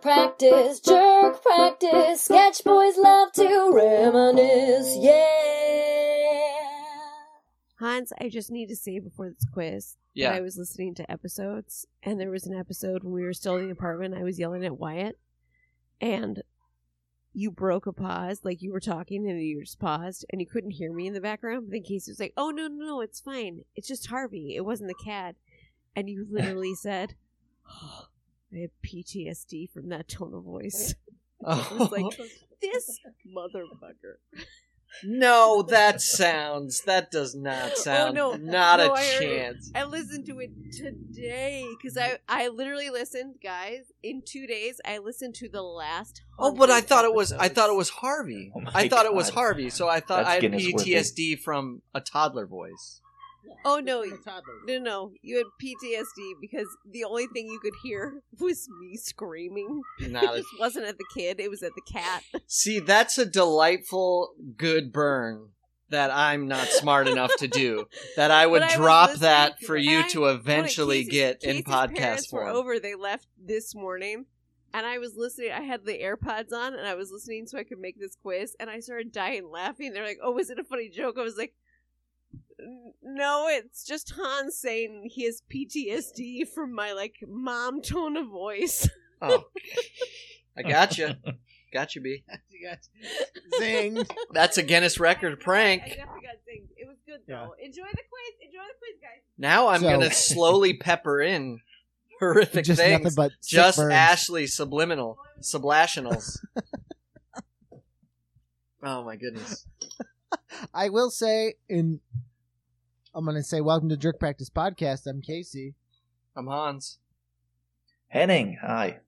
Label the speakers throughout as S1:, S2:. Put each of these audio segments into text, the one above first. S1: practice, jerk practice. Sketch boys love to reminisce. Yeah.
S2: Hans, I just need to say before this quiz that
S3: Yeah.
S2: I was listening to episodes, and there was an episode when we were still in the apartment. I was yelling at Wyatt, and you broke a pause, like you were talking, and you just paused, and you couldn't hear me in the background. But then Casey was like, "Oh no, no, no, it's fine. It's just Harvey. It wasn't the cat." And you literally said, oh, "I have PTSD from that tone of voice." It's
S3: Oh.
S2: like this motherfucker.
S3: no, that sounds. That does not sound.
S2: Oh, no.
S3: Not
S2: No,
S3: a
S2: I already-
S3: chance.
S2: I listened to it today because I I literally listened, guys. In two days, I listened to the last.
S3: Oh, but I
S2: 100
S3: thought it was. I
S2: episodes.
S3: thought it was Harvey.
S4: Oh my
S3: I thought it was
S4: God.
S3: Harvey. So I thought
S4: That's
S3: I had
S4: Guinness worthy.
S3: PTSD from a toddler voice.
S2: Oh no,
S5: It's a toddler.
S2: no, no! You had PTSD because the only thing you could hear was me screaming.
S3: Not
S2: it
S3: a,
S2: wasn't at the kid; it was at the cat.
S3: see, that's a delightful good burn that I'm not smart enough to do. That I would
S2: But I was
S3: drop
S2: listening
S3: that
S2: to
S3: for
S2: it.
S3: you
S2: And
S3: to eventually
S2: Casey's-
S3: get in
S2: Casey's
S3: podcast
S2: parents were
S3: form.
S2: over. They left this morning, and I was listening. I had the AirPods on, and I was listening so I could make this quiz. And I started dying laughing. They're like, "Oh, was it a funny joke?" I was like, "N- "No, it's just Hans saying he has PTSD from my like mom tone of voice."
S3: Oh, I gotcha, gotcha, B.
S5: You got zinged.
S3: That's a Guinness record
S2: I
S3: prank.
S2: definitely got zinged. It was good
S5: Yeah.
S2: though. Enjoy the quiz. Enjoy the quiz, guys.
S3: Now I'm
S5: So-
S3: gonna slowly pepper in horrific
S5: Just
S3: things.
S5: nothing but sick
S3: Just
S5: burns.
S3: Ashley subliminal sublationals. oh my goodness.
S5: I will say, in I'm going to say, welcome to Jerk Practice Podcast. I'm Casey.
S3: I'm Hans.
S4: Henning, hi.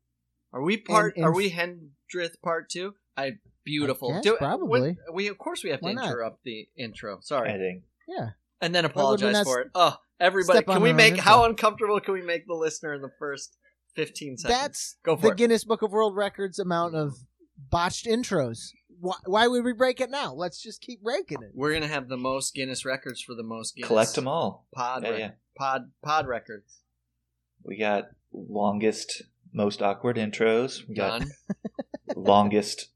S3: Are we part?
S5: And-
S3: are
S5: and-
S3: we Hendrith part two? I beautiful.
S5: I guess,
S3: Do-
S5: probably.
S3: what- we of course we have to
S5: Why not?
S3: interrupt the intro. Sorry,
S4: Henning.
S3: and then
S5: would we
S3: apologize
S5: not
S3: for it. Oh, everybody,
S5: step on
S3: can we
S5: our own
S3: make how
S5: intro?
S3: uncomfortable can we make the listener in the first fifteen seconds?
S5: That's
S3: Go for
S5: the
S3: it.
S5: Guinness Book of World Records amount of botched intros. Why, why would we break it now? Let's just keep breaking it.
S3: We're gonna have the most Guinness records for the most Guinness
S4: Collect them all.
S3: pod
S4: Yeah,
S3: rec-
S4: yeah.
S3: pod pod records.
S4: We got longest, most awkward intros. We got
S3: Done.
S4: longest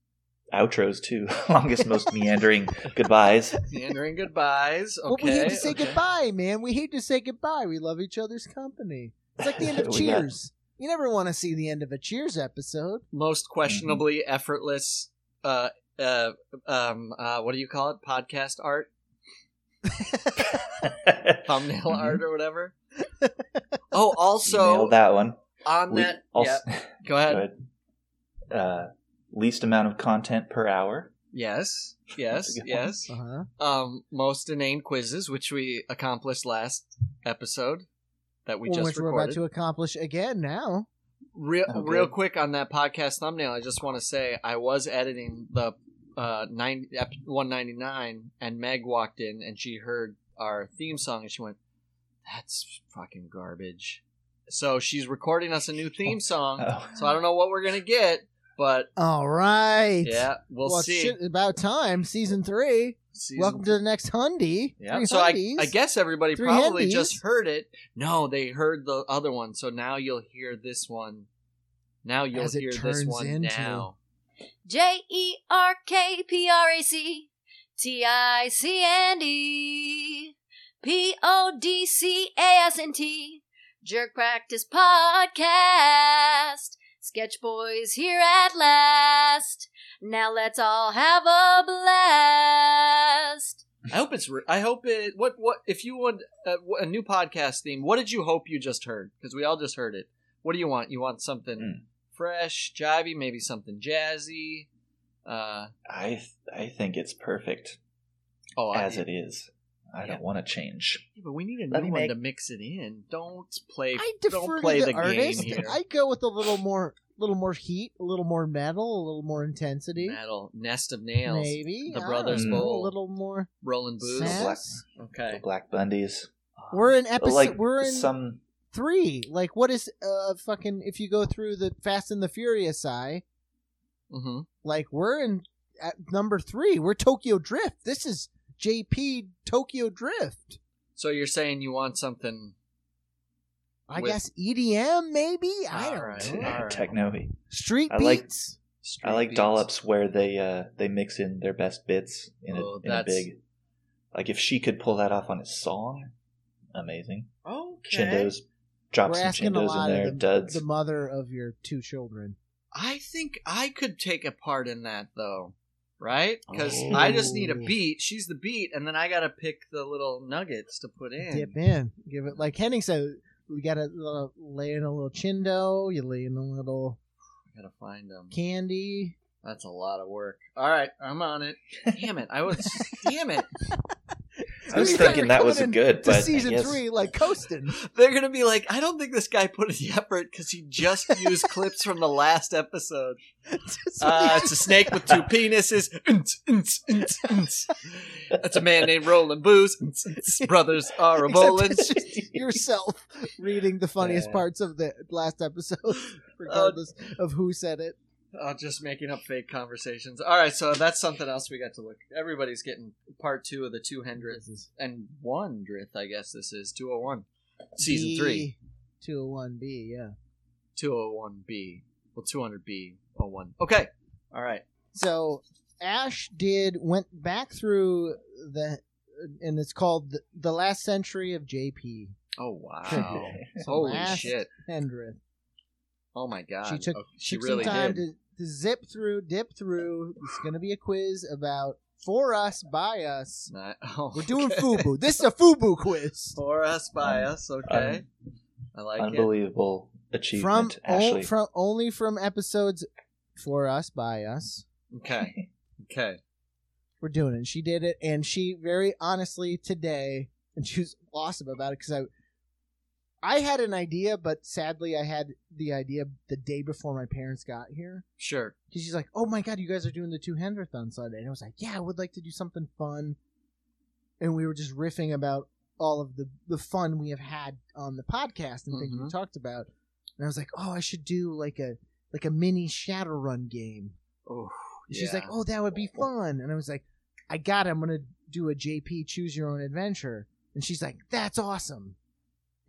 S4: outros too. longest, most meandering goodbyes.
S3: Meandering goodbyes. Okay.
S5: Well, we hate to say
S3: okay.
S5: goodbye, man. We hate to say goodbye. We love each other's company. It's like the end of
S4: We got-
S5: Cheers. You never want to see the end of a Cheers episode.
S4: Mm-hmm.
S3: Most questionably effortless. Uh, uh, um, uh, what do you call it? Podcast art, thumbnail
S4: Mhm.
S3: art, or whatever. oh,
S4: Nailed
S3: also
S4: that one.
S3: on
S4: We
S3: that.
S4: also,
S3: yeah, go ahead.
S4: Good. Uh, least amount of content per hour.
S3: Yes, yes,
S4: That's a good one.
S3: yes.
S5: Uh huh.
S3: Um, most inane quizzes, which we accomplished last episode that we
S5: Which
S3: just
S5: we're about
S3: recorded.
S5: to accomplish again now.
S3: Real,
S4: Oh,
S3: real
S4: good.
S3: quick on that podcast thumbnail, I just want to say I was editing the uh, nine, ep- 199, and Meg walked in and she heard our theme song and she went, That's fucking garbage. So she's recording us a new theme song.
S4: Oh.
S3: So I don't know what we're going to get, but
S5: All right.
S3: yeah, we'll,
S5: well,
S3: see.
S5: shit, about time. Season three.
S3: Season-
S5: Welcome to the next Hundy.
S3: Yeah,
S5: Three
S3: so I,
S5: Hundies.
S3: I guess everybody
S5: Three
S3: probably
S5: Hundies.
S3: just heard it. No, they heard the other one, so now you'll hear this one. Now you'll
S5: As it
S3: hear this
S5: turns
S3: one
S5: into-
S3: now.
S1: J E R K P R A C T I C N D P O D C A S N T Jerk Practice Podcast. Sketch Boys here at last. Now let's all have a blast.
S3: I hope it's. re- I hope it. What? What? If you want a, a new podcast theme, what did you hope you just heard? Because we all just heard it. What do you want? You want something
S4: Mm.
S3: fresh, jivey, maybe something jazzy. Uh,
S4: I th- I think it's perfect
S3: oh, I-
S4: as it is. I
S3: Yeah.
S4: don't want to change.
S3: Yeah, but we need a
S4: Let
S3: new
S4: me
S3: one
S4: make-
S3: to mix it in. Don't play.
S5: I defer
S3: don't play
S5: to
S3: the,
S5: the, artist.
S3: game here.
S5: I go with a little more, little more heat, a little more metal, a little more intensity.
S3: Metal nest of nails.
S5: Maybe
S3: The
S5: I
S3: Brothers
S4: Hmm.
S5: don't know,
S3: Bowl.
S5: A little more
S3: Rolling booze.
S5: sass.
S3: Okay.
S4: Black Bundies.
S5: We're in episode.
S4: uh, like
S5: we're in
S4: some
S5: three. Like, what is uh fucking? If you go through the Fast and the Furious eye,
S3: Mm-hmm.
S5: like we're in at number three. We're Tokyo Drift. This is JP Tokyo Drift.
S3: So you're saying you want something
S5: I
S3: With-
S5: guess EDM maybe. I don't
S3: Alright,
S5: know.
S3: alright.
S4: Techno.
S5: Street
S4: I like-
S5: beats.
S4: I like
S3: Street beats.
S4: dollops where they uh, they mix in their best bits in a,
S3: Oh,
S4: in a
S3: that's-
S4: big. Like if she could pull that off on a song, amazing.
S3: Okay.
S4: Chindos, drop
S5: We're
S4: some
S5: asking a
S4: chindos
S5: lot
S4: in there,
S5: of the,
S4: duds.
S5: the mother of your two children.
S3: I think I could take a part in that though, right? Because
S5: Oh.
S3: I just need a beat. She's the beat, and then I gotta pick the little nuggets to put in.
S5: Dip in, give it like Henning said. We gotta uh, lay in a little chindo. You lay in a little
S3: I gotta find them.
S5: candy.
S3: That's a lot of work. All right, I'm on it. Damn it! I was. damn it!
S4: I was
S5: We
S4: thinking that was a
S5: recorded
S4: good,
S5: to
S4: but I
S5: season
S4: guess-
S5: three, like coasting.
S3: They're gonna be like, I don't think this guy put in the effort because he just used clips from the last episode.
S5: Just
S3: Uh,
S5: like-
S3: it's a snake with two penises. Unts, unts, unts, unts. That's a man named Roland Booze. Unts, unts. Brothers are a
S5: Except
S3: Roland.
S5: it's just yourself reading the funniest
S4: Yeah. Uh,
S5: parts of the last episode, regardless of who said it.
S3: Oh, just making up fake conversations. All right, so that's something else we got to look. Everybody's getting part two of the two hundredth and one hundredth, I guess this is two hundred one, season three,
S5: two hundred one B. Yeah.
S3: two hundred one B, well two hundred B, oh one. Okay, all right.
S5: So Ash did went back through the, and it's called the, the last century of JP
S3: Oh wow,
S5: So
S3: holy
S5: last
S3: shit,
S5: Hendrith.
S3: oh my god,
S5: She took-
S3: Oh, she
S5: took
S3: really
S5: some time
S3: did.
S5: To, to zip through, dip through. It's gonna be a quiz about for us, by us.
S3: Not- oh,
S5: We're doing Um,
S3: okay.
S5: FUBU. This is a FUBU quiz.
S3: for us by us. Okay,
S5: um,
S3: I like it.
S4: Unbelievable
S5: from
S4: achievement,
S5: o-
S4: Ashley.
S5: from only from episodes for us by us.
S3: Okay, okay.
S5: We're doing it. She did it, and she very honestly today, and she was awesome about it because I. I had an idea, but sadly, I had the idea the day before my parents got here.
S3: Sure.
S5: Because she's like, "Oh my god, you guys are doing the 200th on Sunday," and I was like, "Yeah, I would like to do something fun." And we were just riffing about all of the the fun we have had on the podcast and things we
S3: Mhm.
S5: talked about. And I was like, "Oh, I should do like a like a mini Shadowrun game."
S3: Oh,
S5: And she's like,
S3: yeah.
S5: "Oh, that would be fun," and I was like, "I got. it. I'm gonna do a JP Choose Your Own Adventure," and she's like, "That's awesome."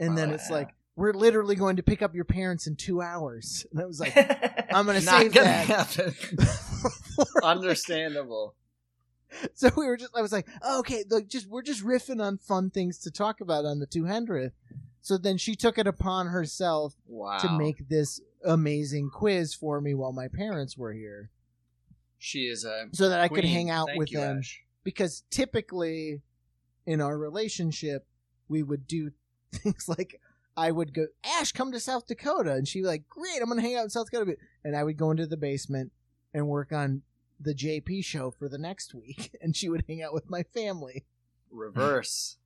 S5: And then it's
S4: Wow.
S5: like, "We're literally going to pick up your parents in two hours," and I was like, um, "I'm gonna
S3: not
S5: save
S3: gonna
S5: that."
S3: happen. Understandable.
S5: so we were just i was like oh, okay look just we're just riffing on fun things to talk about on the 200th so then she took it upon herself
S3: Wow.
S5: to make this amazing quiz for me while my parents were here
S3: she is a
S5: so that i could
S3: queen.
S5: hang out
S3: Thank
S5: with
S3: you,
S5: them
S3: Ash.
S5: because typically in our relationship we would do things like I would go, Ash, come to South Dakota, and she'd be like, "Great, I'm gonna hang out in South Dakota," and I would go into the basement and work on the JP show for the next week, and she would hang out with my family.
S3: Reverse.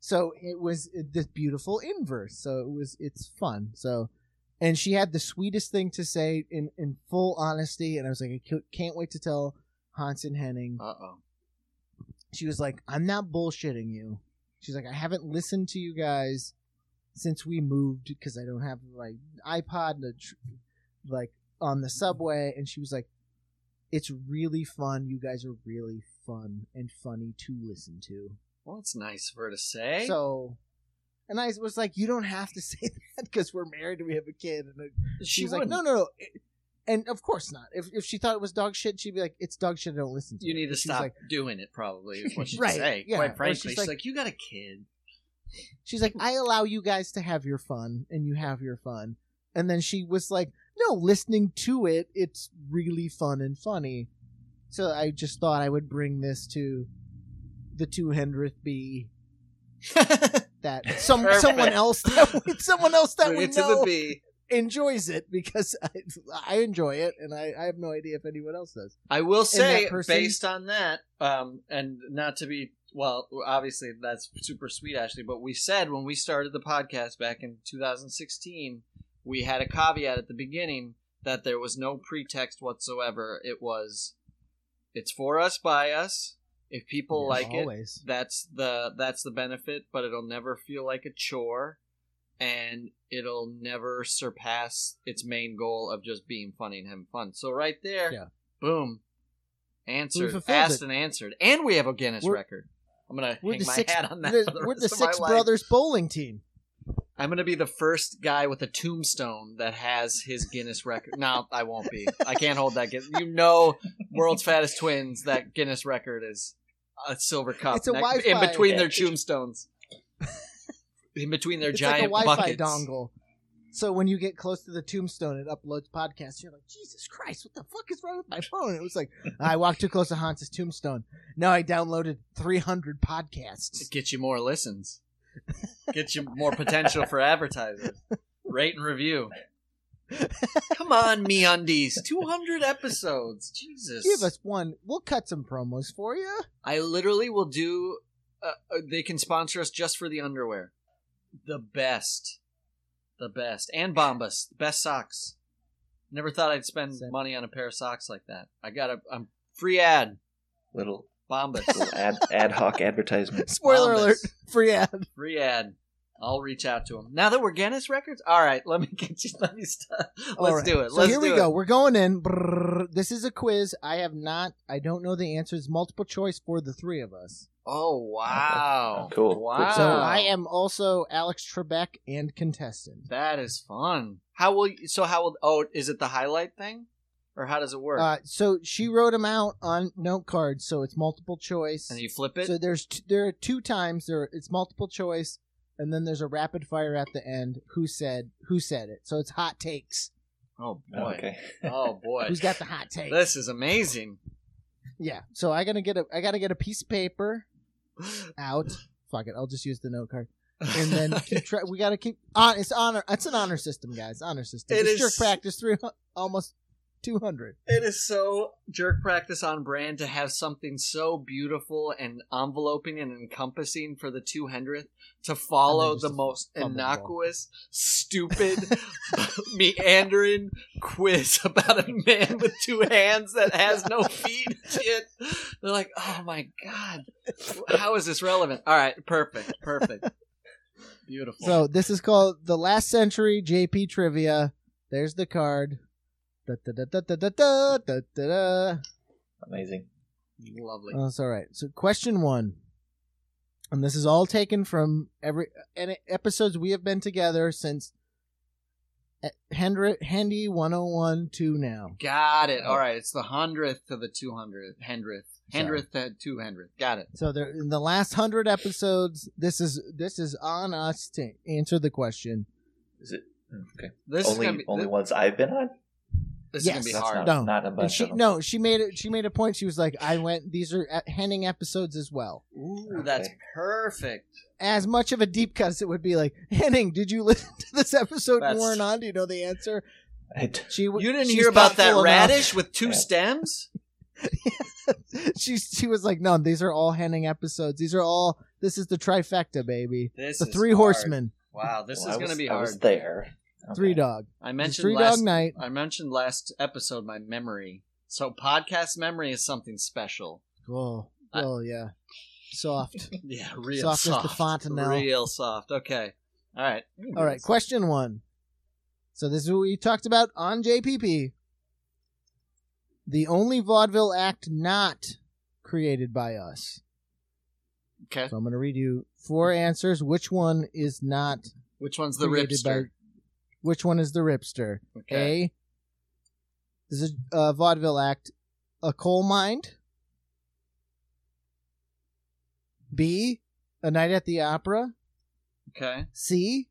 S5: So it was this beautiful inverse. So it was it's fun. So, and she had the sweetest thing to say in in full honesty, and I was like, I ca- can't wait to tell Hans and Henning
S3: Uh oh.
S5: she was like, I'm not bullshitting you. She's like, I haven't listened to you guys since we moved because I don't have like iPod and a tr- like on the subway. And she was like, it's really fun. You guys are really fun and funny to listen to.
S3: Well, it's nice of her to say.
S5: So, and I was like, you don't have to say that because we're married and we have a kid. And uh, she
S3: she
S5: was
S3: was
S5: like, no, no, no. And of course not. If if she thought it was dog shit, she'd be like, it's dog shit. I don't listen to
S3: You
S5: it."
S3: need to
S5: She's
S3: stop
S5: like-
S3: doing it. Probably is what she'd
S5: Right,
S3: say.
S5: yeah. Or
S3: Quite frankly,
S5: she's
S3: she's
S5: like-
S3: like, you got a kid.
S5: She's like, I allow you guys to have your fun, and you have your fun. And then she was like, No, listening to it, it's really fun and funny. So I just thought I would bring this to the 200th B that some
S3: Perfect.
S5: someone else that we, someone else that
S3: Bring
S5: we
S3: it to
S5: know
S3: the bee.
S5: enjoys it because I, I enjoy it and I, I have no idea if anyone else does.
S3: I will say,
S5: that person-
S3: based on that, um, and not to be well, obviously that's super sweet, Ashley. But we said when we started the podcast back in 2016, we had a caveat at the beginning that there was no pretext whatsoever. It was, it's for us by us. If people like it,
S5: always.
S3: that's the that's the benefit but it'll never feel like a chore and it'll never surpass its main goal of just being funny and having fun so right there
S5: Yeah.
S3: boom
S5: We
S3: answered
S5: fulfilled
S3: asked
S5: it.
S3: and answered and we have a guinness
S5: We're-
S3: record i'm gonna
S5: We're
S3: hang
S5: the
S3: my
S5: six-
S3: hat on that
S5: we're
S3: for the
S5: we're the
S3: rest of my
S5: six
S3: life.
S5: brothers bowling team.
S3: I'm gonna be the first guy with a tombstone that has his Guinness record. no, I won't be. I can't hold that. Guinness. You know, world's fattest twins. That Guinness record is a silver cup.
S5: It's a
S3: next- in
S5: Wi-Fi.
S3: between their tombstones. In between their
S5: it's like a
S3: giant
S5: Wi-Fi
S3: buckets.
S5: dongle. So when you get close to the tombstone, it uploads podcasts. You're like, Jesus Christ, what the fuck is wrong with my phone? It was like, I walked too close to Hans's tombstone. Now I downloaded 300 podcasts.
S3: Get you more listens. Get you more potential for advertisers. Rate and review. Come on, me undies. 200 episodes. Jesus.
S5: Give us one. We'll cut some promos for you.
S3: I literally will do. Uh, uh, they can sponsor us just for the underwear. The best, the best, and Bombas, the best socks. Never thought I'd spend
S5: Same.
S3: money on a pair of socks like that. I got a I'm free ad
S4: Little
S3: Bombas,
S4: little ad, ad hoc advertisement.
S5: Spoiler
S3: Bombas.
S5: alert. Free ad.
S3: free ad. I'll reach out to them now that we're Guinness records. All right, let me get you. Let me stop. Let's
S5: All right.
S3: do it.
S5: So
S3: Let's
S5: here we
S3: do
S5: go.
S3: it.
S5: We're going in. Brrr. This is a quiz. I have not. I don't know the answers. Multiple choice for the three of us.
S3: Oh wow!
S4: Okay. Cool.
S3: Wow.
S5: So I am also Alex Trebek and contestant.
S3: That is fun. How will you, so? How will? Oh, is it the highlight thing, or how does it work?
S5: Uh, so she wrote them out on note cards. So it's multiple choice.
S3: and you flip it.
S5: So there's t- there are two times there. It's multiple choice, and then there's a rapid fire at the end. Who said who said it? So it's hot takes.
S3: Oh boy.
S4: Okay.
S3: Oh boy.
S5: Who's got the hot take?
S3: This is amazing.
S5: Yeah. So I gotta get a I gotta get a piece of paper out. Fuck it. I'll just use the note card. and then keep tra- we got to keep on. It's honor. It's an honor system, guys. Honor system.
S3: It
S5: It's
S3: is-
S5: jerk practice three almost two hundred.
S3: it is so jerk practice on brand to have something so beautiful and enveloping and encompassing for the 200th to follow
S5: And then
S3: the
S5: just a
S3: most
S5: fumble ball.
S3: innocuous, stupid, meandering quiz about a man with two hands that has no feet. Shit. They're like, oh my God. How is this relevant? All right. Perfect. Perfect. Beautiful.
S5: So this is called the last century JP trivia. There's the card. Da, da, da, da, da, da, da, da, da, da.
S4: Amazing.
S3: Lovely.
S5: Oh, it's all right. So question one, and this is all taken from every and episodes we have been together since. eh, Hendry, Hendy 101 to now.
S3: Got it. All right, it's the hundredth to the two hundredth, hundredth,
S5: uh, Sorry.
S3: hundredth to two hundredth. Got it.
S5: So there, in the last hundred episodes, this is this is on us to answer the question.
S4: Is it? hmm, Okay.
S3: This is gonna
S4: only
S3: be
S4: only
S3: thi-
S4: ones I've been on.
S3: this
S5: Yes.
S3: is
S4: That's
S3: gonna be hard.
S4: Not,
S5: No.
S4: not a bunch
S5: And she
S4: of them.
S5: no, she made it. She made a point. She was like, "I went. These are uh, Henning episodes as well.
S3: Ooh, that's
S4: Okay.
S3: perfect.
S5: As much of a deep cut as it would be, like Henning, did you listen to this episode
S3: That's-
S5: Warren on? Do you know the answer?
S4: I d-
S5: She w-
S3: You didn't
S5: she's
S3: hear about that
S5: thoughtful
S3: radish with
S4: Yeah.
S3: two stems?
S5: enough. she she was like, "No, these are all Henning episodes. These are all. This is the trifecta, baby.
S3: This
S5: the
S3: is
S5: Three
S3: hard.
S5: Horsemen,
S3: Wow, this
S4: well,
S3: is
S4: I was-
S3: gonna be
S4: I
S3: hard.
S4: was there. Okay.
S5: Three Dog,
S3: I
S5: It's
S3: mentioned
S5: Three
S3: last.
S5: Dog Night.
S3: I mentioned last episode my memory. So podcast memory is something special.
S5: Oh,
S3: I-
S5: oh yeah, soft.
S3: Yeah, real
S5: Soft as the
S3: soft.
S5: fontanelle.
S3: Real soft. Okay. All right.
S5: All right, question one. So this is what we talked about on JPP. The only vaudeville act not created by us.
S3: Okay.
S5: So I'm going to read you four answers. Which one is not
S3: Which one's the
S5: created
S3: ripster?
S5: Which one is the ripster?
S3: Okay.
S5: A. This is a uh, vaudeville act. A coal mine. B. A night at the opera.
S3: Okay.
S5: C.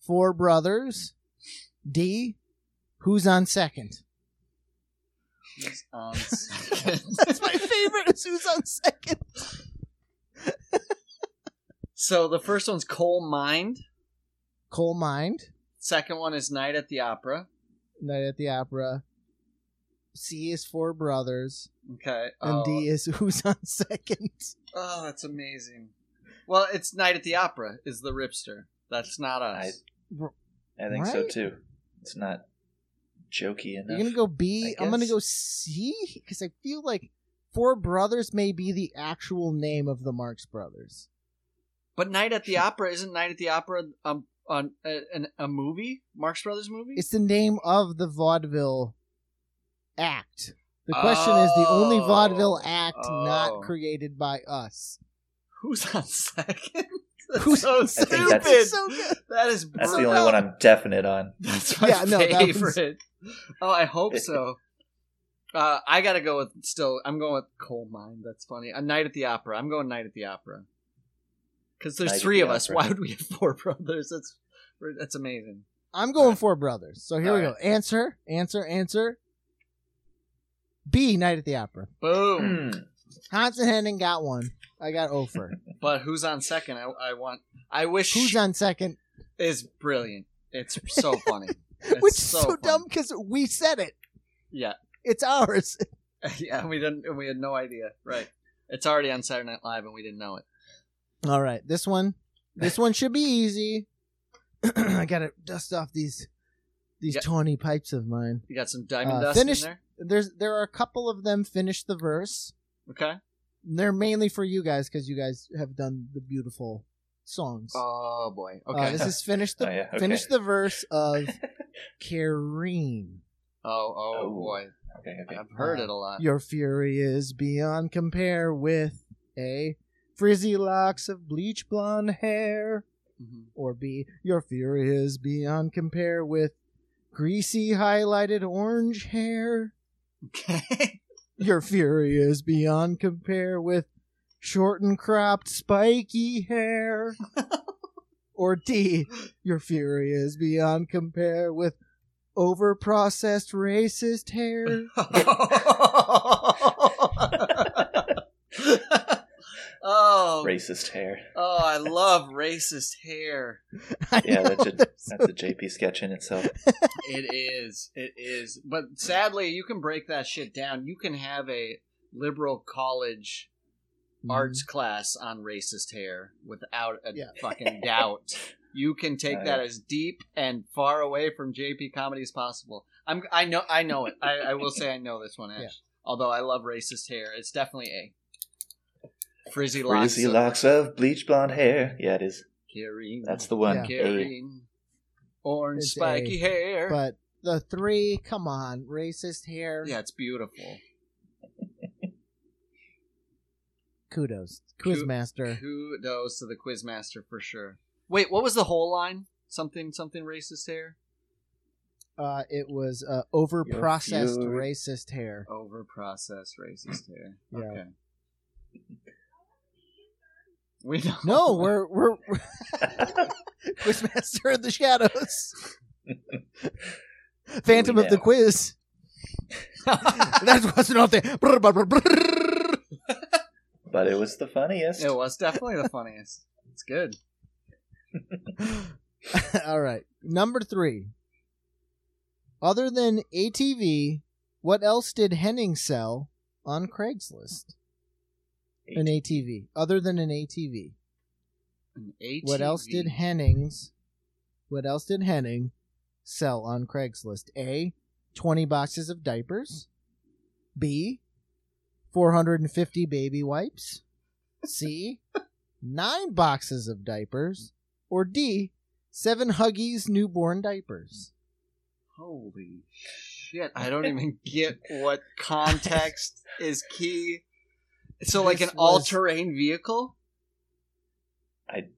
S5: Four brothers. D. Who's on second?
S3: Um,
S5: That's my favorite. Is who's on second?
S3: So the first one's Coal Mind.
S5: Coal Mind.
S3: Second one is Night at the Opera.
S5: Night at the Opera. C is Four Brothers,
S3: Okay.
S5: and
S3: oh,
S5: D is Who's on Second.
S3: Oh, that's amazing. Well, it's Night at the Opera is the Ripster. That's not us.
S4: I think so
S5: Right?
S4: too. It's not jokey enough.
S5: You're gonna go B.
S4: I
S5: I'm gonna
S4: guess.
S5: go C because I feel like Four Brothers may be the actual name of the Marx Brothers.
S3: But Night at the Opera isn't Night at the Opera um, on a, an a movie, Marx Brothers movie.
S5: It's the name of the vaudeville act. The question is the only
S3: Oh.
S5: vaudeville act
S3: Oh.
S5: not created by us.
S3: Who's on second?
S5: Who's
S3: so
S5: I
S4: think
S3: stupid.
S4: that's-
S5: so good.
S3: that is
S4: That's
S5: So
S4: the
S3: brilliant.
S4: only one I'm definite on.
S3: That's my
S5: Yeah, no, that was-
S3: favorite. Oh, I hope so. Uh, I gotta go with still. I'm going with coal mine. That's funny. A night at the opera. I'm going night at the opera. Because there's
S4: Night at
S3: three
S4: the
S3: of us.
S4: Opera.
S3: Why would we have four brothers? That's that's amazing.
S5: I'm going for brothers. So here we
S3: All
S5: go. Answer, answer, answer. B, Night at the Opera.
S3: Boom.
S4: Hmm.
S5: Hans and Henning got one. I got Ofer.
S3: but who's on second? I, I want. I wish
S5: Who's on second?
S3: is brilliant. It's so funny. It's
S5: Which is so,
S3: fun.
S5: dumb because we said it.
S3: Yeah,
S5: It's ours.
S3: yeah. We didn't. We had no idea. Right. It's already on Saturday Night Live, and we didn't know it.
S5: All right, this one, this one should be easy. I gotta dust off these these
S3: Yep.
S5: tawny pipes of mine.
S3: You got some diamond
S5: Uh,
S3: dust
S5: finish-
S3: in there.
S5: There's there are a couple of them. Finish the verse.
S3: Okay.
S5: They're mainly for you guys because you guys have done the beautiful songs.
S3: Oh boy.
S5: Uh,
S3: Okay.
S5: this is finish the
S4: Oh, yeah, okay.
S5: finish the verse of Kareem.
S3: Oh, oh,
S4: Oh.
S3: boy.
S4: Okay, okay.
S3: I've heard
S5: Uh,
S3: it a lot.
S5: Your fury is beyond compare with a frizzy locks of bleach blonde hair.
S3: Mhm.
S5: or B, your fury is beyond compare with greasy highlighted orange hair.
S3: Okay.
S5: Your fury is beyond compare with short and cropped spiky hair. or D, your fury is beyond compare with over processed racist hair.
S3: oh,
S4: Racist hair.
S3: oh, I love racist hair.
S5: I
S4: Yeah,
S5: know
S4: that's a
S5: there's-
S4: that's a JP sketch in itself.
S3: It is. It is. But sadly, you can break that shit down. You can have a liberal college arts class on racist hair without a
S5: Mm-hmm. Yeah.
S3: fucking doubt. You can take
S4: Uh,
S3: that as deep and far away from JP comedy as possible. I'm, I know, I know it. I, I will say I know this one, Ash.
S5: Yeah.
S3: Although I love racist hair, it's definitely a frizzy locks.
S4: Frizzy
S3: of
S4: locks of bleach blonde hair. Yeah, it is.
S3: Carrying,
S4: That's the one. A.
S3: carrying orange
S5: It's
S3: spiky
S5: A,
S3: hair.
S5: But the three, come on, racist hair.
S3: yeah, it's beautiful.
S5: Kudos. Quizmaster.
S3: Kudos to the quizmaster for sure. Wait, what was the whole line? Something, something racist hair.
S5: Uh, it was uh, overprocessed
S4: Your fury-
S5: racist hair.
S3: Over processed racist hair.
S5: Yeah.
S3: Okay. We know.
S5: No, we're we're Quizmaster of the Shadows, Phantom
S4: We
S5: of the
S4: know.
S5: Quiz. that wasn't off there. Brr, brr, brr, brr.
S4: But it was the funniest.
S3: it was definitely the funniest. It's good.
S5: All right, number three. Other than ATV, what else did Henning sell on Craigslist? An ATV. Other than an ATV.
S3: An E ATV.
S5: What else did Hennings? What else did Henning sell on Craigslist? A, twenty boxes of diapers. B, four hundred and fifty baby wipes. C, nine boxes of diapers. Or D, seven Huggies newborn diapers.
S3: Holy shit! I don't even get what context is key. So, like an
S5: This was-
S3: all-terrain vehicle.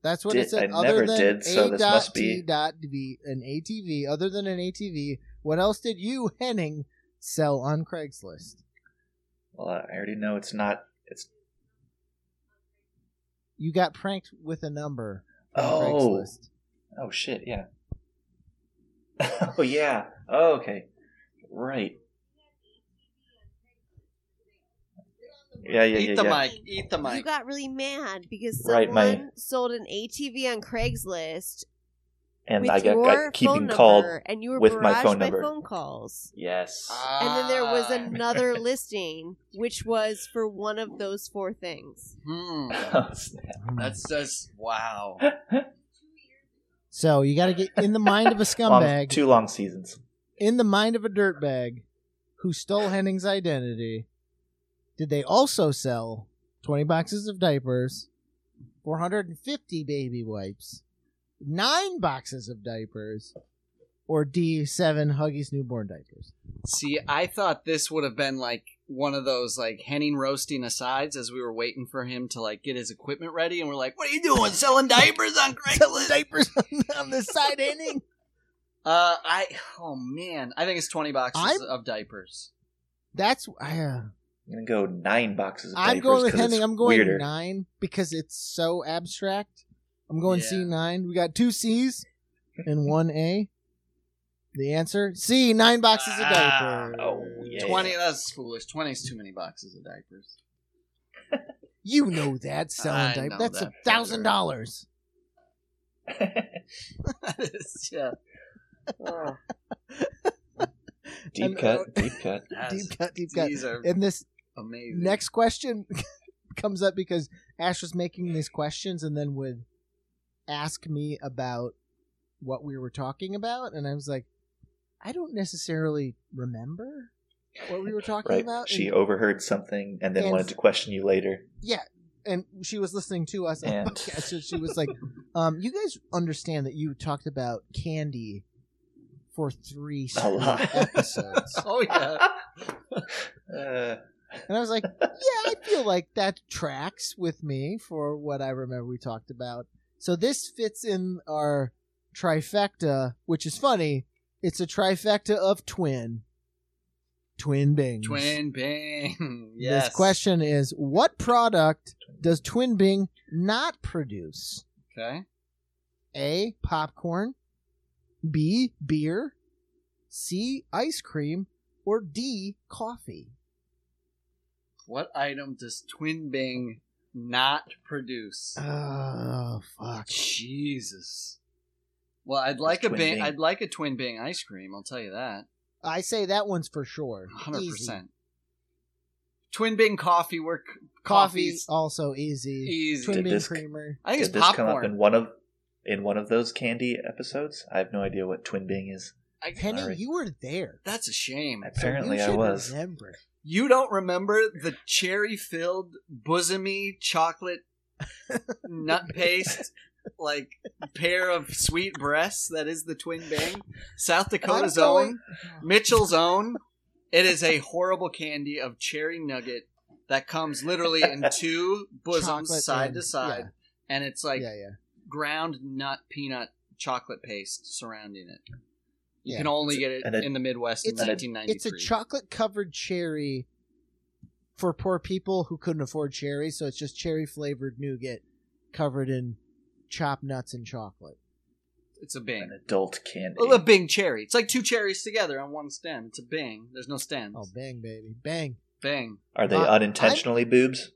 S5: That's what
S4: Did-
S5: it said.
S4: I
S5: other
S4: never
S5: than
S4: did, so
S5: A
S4: this
S5: dot
S4: must
S5: T
S4: be-
S5: dot V, an ATV. Other than an ATV, what else did you Henning sell on Craigslist?
S4: Well, I already know it's not. It's
S5: You got pranked with a number. on
S4: oh
S5: Craigslist.
S4: oh shit yeah. oh yeah. Oh, okay. Right. Yeah yeah
S3: eat
S4: yeah
S3: the
S4: yeah.
S3: mic. Eat the
S2: You
S3: mic.
S2: got really mad because
S4: Right,
S2: someone
S4: my-
S2: sold an ATV on Craigslist
S4: And
S2: with
S4: I got,
S2: your
S4: got keeping
S2: phone
S4: called.
S2: number, and you were
S4: with my
S2: barraged
S4: phone
S2: by
S4: number.
S2: phone calls.
S4: Yes.
S2: And then there was
S3: Ah.
S2: another listing, which was for one of those four things.
S3: Hmm.
S5: Uh,
S4: Oh, snap.
S3: That's just wow.
S5: So you got to get in the mind of a
S4: Long-
S5: scumbag,
S4: two long seasons.
S5: in the mind of a dirtbag who stole Henning's identity. Did they also sell 20 boxes of diapers, 450 baby wipes, 9 boxes of diapers, or D7 Huggies newborn diapers?
S3: See, I thought this would have been like one of those like Henning roasting asides as we were waiting for him to like get his equipment ready, and we're like, "What are you doing? Selling diapers on
S5: Selling
S3: Craigslist?"
S5: diapers on, on the side ending.
S3: Uh, I oh man, I think it's twenty boxes
S5: I'm-
S3: of diapers.
S5: That's I, uh,
S4: I'm gonna go nine boxes of
S5: I'm
S4: diapers.
S5: going with
S4: 'cause it's
S5: Henning. I'm going
S4: weirder.
S5: nine because it's so abstract. I'm going
S3: Yeah.
S5: C nine. We got two C's and one A. The answer C nine boxes of
S3: Ah,
S5: diapers.
S4: oh, yeah.
S3: Twenty, that's foolish. Twenty's too many boxes of diapers.
S5: You know that
S3: I
S5: selling
S3: know
S5: diapers. That's a
S3: that
S5: thousand dollars.
S3: That is- yeah. Oh,
S4: deep
S5: And- oh,
S4: cut, deep cut.
S3: that's-
S5: Deep cut, deep cut.
S3: These are
S5: And this
S3: amazing.
S5: next question comes up because Ash was making these questions and then would ask me about what we were talking about, and I was like, I don't necessarily remember what we were talking
S4: Right.
S5: about.
S4: She
S5: and,
S4: overheard something and then
S5: And-
S4: wanted to question you later.
S5: and she was listening to us,
S4: And-
S5: and so she was like, um, "You guys understand that you talked about candy for three
S4: A lot.
S5: episodes."
S3: Oh yeah.
S4: Uh,
S5: And I was like, yeah, I feel like that tracks with me for what I remember we talked about. So this fits in our trifecta, which is funny. It's a trifecta of twin. Twin Bings.
S3: Twin Bing. Yes.
S5: This question is what product does Twin Bing not produce?
S3: Okay.
S5: A. Popcorn. B. Beer. C. Ice cream. Or D. Coffee.
S3: What item does Twin Bing not
S5: Uh,
S3: produce? Ah,
S5: Oh, fuck.
S3: Jesus. Well, I'd like a
S4: Twin
S3: bing,
S4: Bing.
S3: I'd like a Twin Bing ice cream. I'll tell you that.
S5: I say that one's for sure.
S3: Hundred
S5: Easy.
S3: percent. Twin Bing coffee work.
S5: Coffee
S3: Coffee's
S5: also easy.
S3: easy.
S5: Twin
S4: Did
S5: bean
S4: this-
S5: creamer.
S3: I think
S4: did
S3: it's
S4: this come up in
S3: popcorn.
S4: one of in one of those candy episodes? I have no idea what twin being is.
S3: I,
S5: Penny,
S4: Sorry.
S5: you were there.
S3: that's a shame.
S5: So
S4: Apparently,
S5: you
S4: I
S5: should
S4: was.
S5: Remember.
S3: You don't remember the cherry filled bosomy chocolate nut paste like pair of sweet breasts that is the twin bang. South Dakota's
S5: I'm
S3: own, Mitchell's own. It is a horrible candy of cherry nugget that comes literally in two bosoms
S5: Chocolate
S3: side
S5: and-
S3: to side.
S5: yeah.
S3: And it's like
S5: yeah, yeah.
S3: ground nut peanut chocolate paste surrounding it. You
S5: Yeah.
S3: can only get it
S4: And it-
S3: in the Midwest in
S5: It's a-
S3: 1993.
S5: It's a chocolate covered cherry for poor people who couldn't afford cherry, so it's just cherry flavored nougat covered in chopped nuts and chocolate.
S3: it's a bang.
S4: An adult candy.
S3: Well, a Bing cherry. It's like two cherries together on one stem. It's a Bing. There's no stems.
S5: Oh, bang, baby. Bang.
S3: Bing.
S4: Are they
S5: Uh,
S4: unintentionally boobs?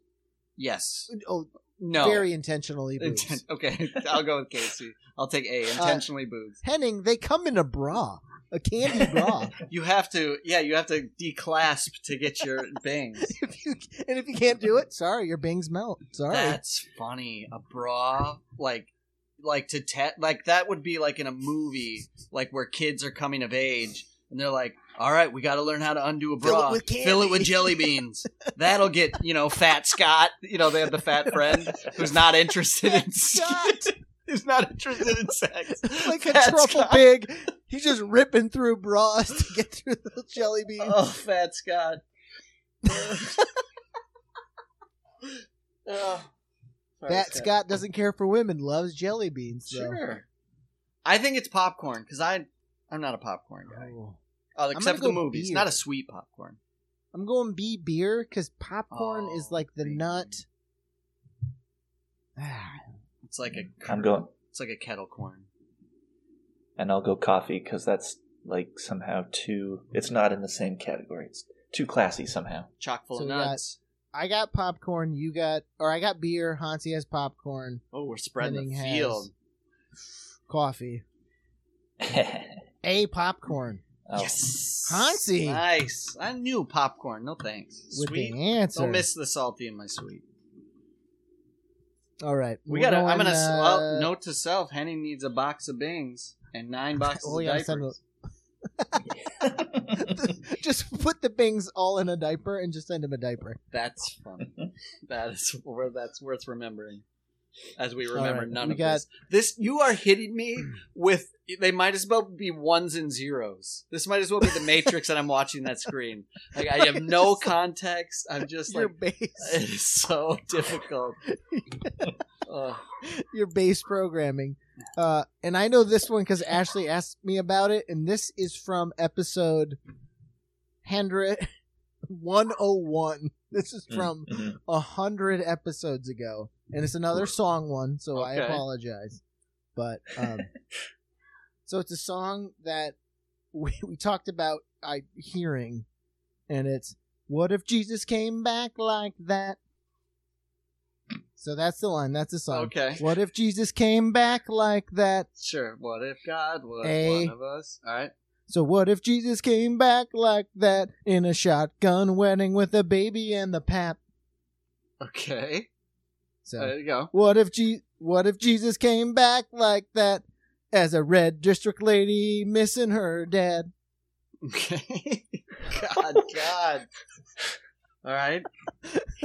S3: Yes.
S5: Oh,
S3: No.
S5: very intentionally. boobs.
S3: Inten- okay, I'll go with Casey. I'll take
S5: Uh,
S3: A. Intentionally boobs.
S5: Henning, they come in a bra. A candy bra.
S3: You have to, yeah, you have to declasp to get your bangs.
S5: if you and if you can't do it, sorry, your bangs melt. Sorry.
S3: That's funny. A bra, like, like to te- like that would be like in a movie, like where kids are coming of age and they're like, "All right, we got to learn how to undo a
S5: Fill it
S3: bra.
S5: with candy."
S3: Fill it with jelly beans. That'll get you know Fat Scott. You know they have the fat friend who's not interested in
S5: Scott.
S3: who's not interested in sex.
S5: like a
S3: Fat
S5: truffle
S3: Scott.
S5: pig. He's just ripping through bras to get through the jelly beans.
S3: Oh, Fat Scott. oh. Sorry,
S5: that Scott doesn't care for women, loves jelly beans. Though.
S3: Sure. I think it's popcorn because I I'm not a popcorn guy.
S5: Oh.
S3: Oh, except for the
S5: go
S3: movies.
S5: beer.
S3: Not a sweet popcorn.
S5: I'm going B beer because popcorn
S3: Oh,
S5: is like the
S3: baby.
S5: nut. Ah,
S3: It's like a
S4: I'm going,
S3: it's like a kettle corn.
S4: and I'll go coffee because that's like somehow too. It's not in the same category. It's too classy somehow.
S3: Chock full
S5: So
S3: of
S5: we got-
S3: nuts.
S5: I got popcorn. You got, or I got beer. Hansi has popcorn.
S3: oh, we're spreading the
S5: Henning has-
S3: field.
S5: Coffee.
S4: oh,
S5: A popcorn
S3: Yes.
S5: Oh. Hansi.
S3: Nice. I knew popcorn. No thanks.
S5: with
S3: sweet.
S5: the answer.
S3: Don't miss the salty in my sweet.
S5: All right,
S3: We
S5: we're
S3: gotta. I'm
S5: going,
S3: gonna. s well,
S5: uh,
S3: note to self: Henning needs a box of Bings and nine boxes
S5: Oh,
S3: of
S5: yeah, send
S3: diapers.
S5: just put the bings all in a diaper and just send him a diaper.
S3: That's funny. that is where that's worth remembering. as we remember
S5: right,
S3: none
S5: we
S3: of
S5: got-
S3: this. This you are hitting me with. They might as well be ones and zeros. This might as well be the Matrix, and I'm watching that screen. Like I have no context. I'm just
S5: your
S3: like
S5: base,
S3: it is so difficult. Uh, Ugh.
S5: your base programming. Uh, and I know this one because Ashley asked me about it, and this is from episode hundred one oh one. This is from
S4: Mhm.
S5: a hundred episodes ago, and it's another song one, so I
S3: Okay.
S5: apologize. But um, so it's a song that we, we talked about I hearing, and it's "What if Jesus came back like that?" So that's the line. That's the song.
S3: Okay,
S5: What if Jesus came back like that?
S3: sure. What if God was
S5: A-
S3: one of us? All right.
S5: So what if Jesus came back like that in a shotgun wedding with a baby and the pap?
S3: Okay.
S5: So
S3: There you go.
S5: What if Je- What if Jesus came back like that as a red district lady missing her dad?
S3: Okay. God, God. All right.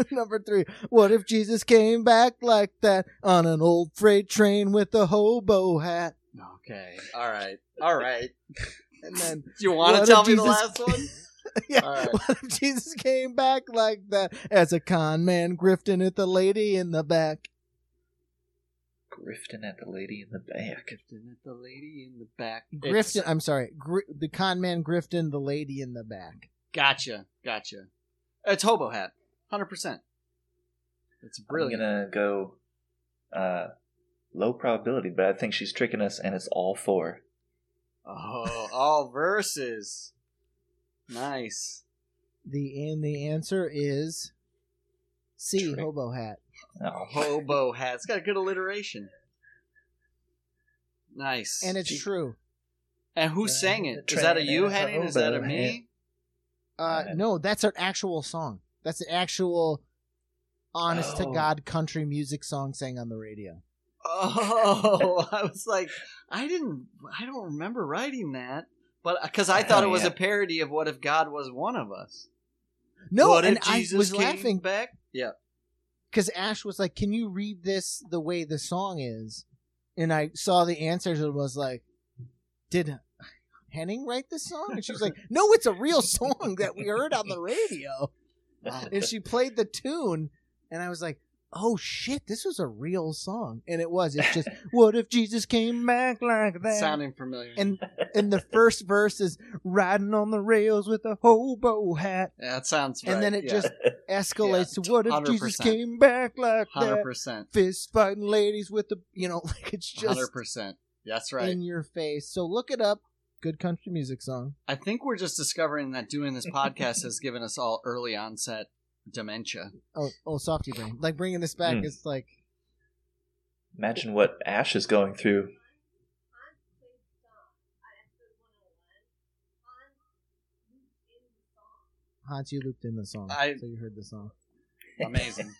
S5: Number three. What if Jesus came back like that on an old freight train with a hobo hat?
S3: Okay. All right. All right.
S5: And then,
S3: Do you want to
S5: What
S3: tell
S5: if
S3: me the
S5: Jesus-
S3: last one?
S5: yeah.
S3: All right.
S5: What if Jesus came back like that as a con man grifting at the lady in the back?
S4: Grifting at the lady in the back.
S3: Grifting at the lady in the back.
S5: Grifting.
S3: It's-
S5: I'm sorry. Gri- the con man grifting the lady in the back.
S3: Gotcha. Gotcha. It's hobo hat. Hundred percent. It's brilliant.
S4: I'm gonna go uh, low probability, but I think she's tricking us, and it's all four.
S3: Oh, all verses. Nice.
S5: The and the answer is C.
S4: Trick.
S5: Hobo hat.
S4: Oh,
S3: Hobo hat. It's got a good alliteration. Nice.
S5: And it's true.
S3: and who sang it? Is that a you, Henning? Is that a me?
S5: Uh,
S4: Uh,
S5: no, that's an actual song. That's an actual, honest to
S4: Oh.
S5: God country music song sang on the radio.
S3: Oh, I was like, I didn't. I don't remember writing that, but because I thought it
S4: Oh,
S3: was
S4: yeah.
S3: a parody of "What if God was one of us."
S5: No,
S3: what
S5: and
S3: if Jesus
S5: I was
S3: came
S5: laughing
S3: back. Yeah.
S5: because Ash was like, "Can you read this the way the song is?" And I saw the answers and was like, "Did Henning write this song?" And she was like, "No, it's a real song that we heard on the radio." and she played the tune and i was like oh shit this was a real song and it was it's just what if jesus came back like that
S3: Sounding familiar.
S5: and and the first verse is riding on the rails with a hobo hat
S3: Yeah, that sounds right.
S5: and then it
S3: yeah.
S5: just escalates to what if jesus
S3: 100%.
S5: came back like
S3: hundred
S5: that
S3: percent,
S5: fist fighting ladies with the you know like it's just
S3: hundred percent. That's right.
S5: in your face so look it up good country music song
S3: I think we're just discovering that doing this podcast has given us all early onset dementia.
S5: oh oh softy brain like bringing this back
S4: Hmm.
S5: is like
S4: Imagine what Ash is going through.
S5: Hans, you looped in the song,
S3: I-
S5: so you heard the song.
S3: Amazing.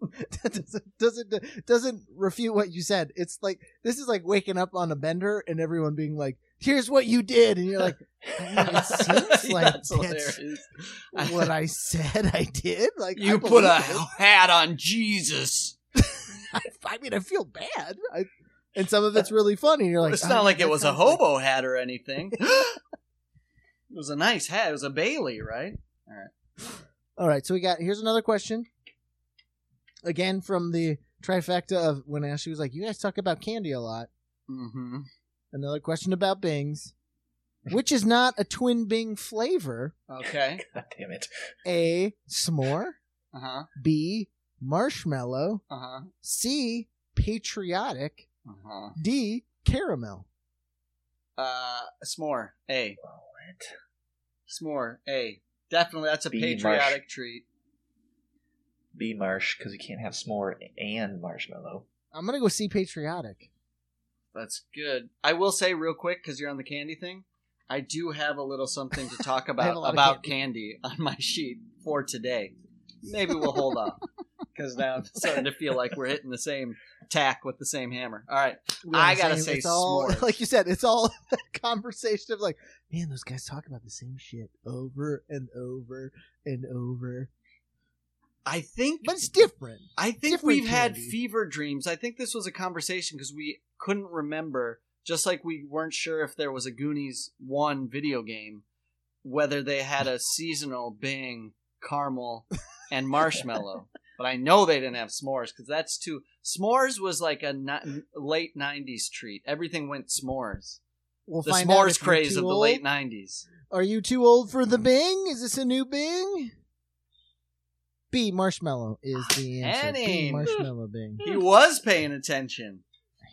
S5: That doesn't doesn't doesn't refute what you said. It's like this is like waking up on a bender and everyone being like, "Here's what you did," and you're like, "It seems like
S3: That's
S5: that's
S3: hilarious.
S5: what I said I did." Like I
S3: You put a
S5: believe it.
S3: hat on Jesus.
S5: I, I mean, I feel bad. I, and some of it's really funny. and You're like,
S3: it's
S5: "Oh,
S3: not like
S5: that
S3: it was a
S5: sounds
S3: hobo hat or anything. it was a nice hat. It was a Bailey, right?
S5: All right, so we got here's another question. Again, from the trifecta of when Ashley was like, "You guys talk about candy a lot."
S3: Mm-hmm.
S5: Another question about Bings, which is not a twin Bing flavor.
S3: Okay.
S4: God damn it.
S5: A. S'more.
S3: Uh huh.
S5: B. Marshmallow.
S3: Uh huh.
S5: C. Patriotic.
S3: Uh huh.
S5: D. Caramel.
S3: Uh, s'more. A.
S4: Oh, what?
S3: S'more. A. Definitely, that's a
S4: Be
S3: patriotic treat.
S4: Be marsh because you can't have s'more and marshmallow.
S5: I'm gonna go C. Patriotic.
S3: That's good. I will say real quick because you're on the candy thing. I do have a little something to talk
S5: I have
S3: about
S5: a lot of
S3: about candy. on my sheet for today. Maybe we'll hold off because now I'm starting to feel like we're hitting the same tack with the same hammer. All right,
S5: We are
S3: I
S5: the
S3: gotta
S5: same-
S3: say
S5: it's all,
S3: s'more.
S5: like you said, it's all a conversation of like, man, those guys talk about the same shit over and over and over.
S3: I think
S5: but it's different.
S3: I think
S5: different
S3: we've had
S5: candy.
S3: fever dreams. I think this was a conversation because we couldn't remember, just like we weren't sure if there was a Goonies 1 video game, whether they had a seasonal Bing, caramel, and marshmallow. but I know they didn't have s'mores because that's too. S'mores was like a ni- late 90s treat. Everything went s'mores.
S5: We'll
S3: The
S5: find out if
S3: s'mores
S5: you're
S3: craze
S5: too
S3: of the
S5: old.
S3: late 90s.
S5: Are you too old for the Bing? Is this a new Bing? B marshmallow is the answer. B
S3: Henning.
S5: marshmallow Bing.
S3: He was paying attention.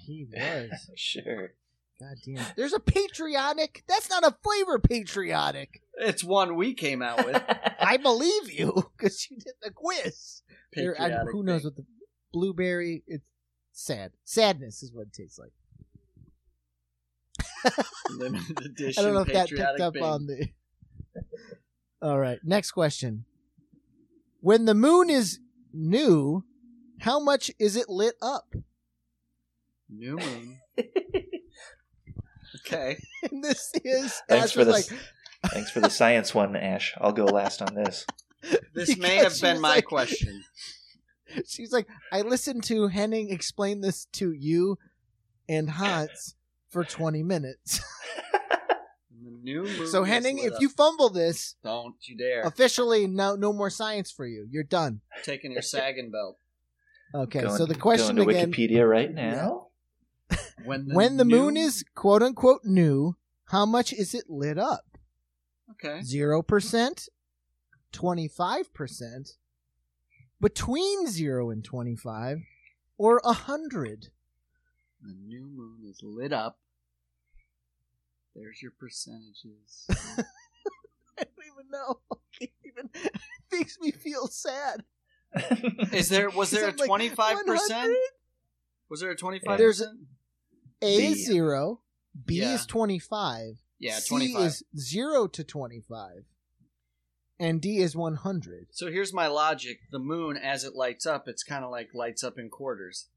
S5: He was.
S4: sure.
S5: God damn. There's a patriotic. That's not a flavor patriotic.
S3: It's one we came out with.
S5: I believe you because you did the quiz. There- I-
S3: Patriotic
S5: who knows
S3: Bing.
S5: what the blueberry? It's sad. Sadness is what it tastes like.
S3: Limited edition
S5: I don't know if that
S3: patriotic
S5: picked up
S3: Bing.
S5: on the. All right, next question. When the moon is new, how much is it lit up?
S3: New moon. okay.
S5: And this is
S4: Thanks
S5: Ash
S4: for
S5: was
S4: this.
S5: like-
S4: Thanks for the science one, Ash. I'll go last on this.
S3: This may
S5: Because
S3: have
S5: she
S3: been
S5: was
S3: my
S5: like-
S3: question.
S5: She's like, I listened to Henning explain this to you and Hans for twenty minutes.
S3: The new moon.
S5: so
S3: is
S5: Henning,
S3: lit
S5: if
S3: up.
S5: you fumble this,
S3: don't you dare
S5: officially no no more science for you. You're done.
S3: taking your sagging belt
S5: Okay,
S4: Going-
S5: so the question
S4: going to
S5: again
S4: Wikipedia right now.
S3: when the
S5: when the
S3: new-
S5: moon is quote unquote new, how much is it lit up?
S3: okay.
S5: Zero percent, twenty five percent, between zero and twenty five, or a hundred.
S3: The new moon is lit up. There's your percentages.
S5: I don't even know. I can't even it makes me feel sad.
S3: Is there was there a
S5: Is it like
S3: twenty five percent?
S5: 100?
S3: Was there a twenty five
S5: There's
S3: percent?
S5: A
S4: B.
S5: is zero, B
S3: Yeah.
S5: is twenty five,
S3: Yeah,
S5: C
S3: twenty five.
S5: is zero to twenty five, and D is one hundred.
S3: So here's my logic. The moon as it lights up, it's kinda like lights up in quarters.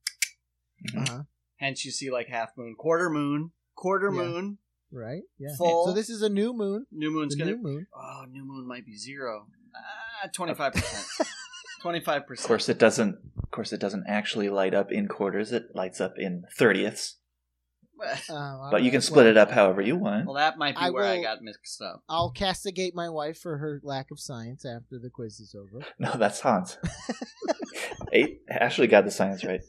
S3: Hmm.
S4: Mhm.
S5: Uh-huh.
S3: Hence you see like half moon, quarter moon, quarter
S5: Yeah.
S3: moon,
S5: Right? Yeah.
S3: Full.
S5: So this is a new moon.
S3: New moon's
S5: The
S3: gonna.
S5: new moon.
S3: Oh, new moon might be zero. Ah, twenty five percent. Twenty five
S4: Of
S3: percent.
S4: course, it doesn't. Of course, it doesn't actually light up in quarters. It lights up in thirtieths.
S5: Oh, all
S4: But you can
S5: right.
S4: split
S5: Well,
S4: it up however you want.
S3: Well, that might be
S5: I
S3: where I
S5: will-
S3: got mixed up.
S5: I'll castigate my wife for her lack of science after the quiz is over.
S4: No, that's Hans. Eight. Ashley got the science right.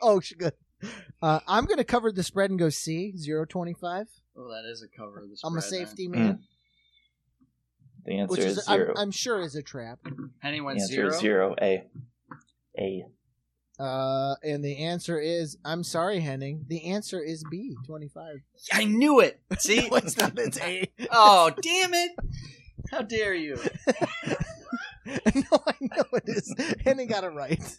S5: oh, she good. Uh, I'm going to cover the spread and go C, 025.
S3: Oh, that is a cover of the spread.
S5: I'm a
S3: then.
S5: safety man,
S4: The answer
S5: which
S4: is,
S5: is, I'm,
S4: 0
S5: I'm sure is a trap.
S3: Henny
S4: the
S3: went
S4: answer
S3: zero.
S4: is zero. A. A.
S5: Uh, and the answer is, I'm sorry, Henning. The answer is B, 25.
S3: I knew it. See?
S5: No, it's not. It's A.
S3: oh, damn it! How dare you?
S5: no, I know it is. Henning got it right.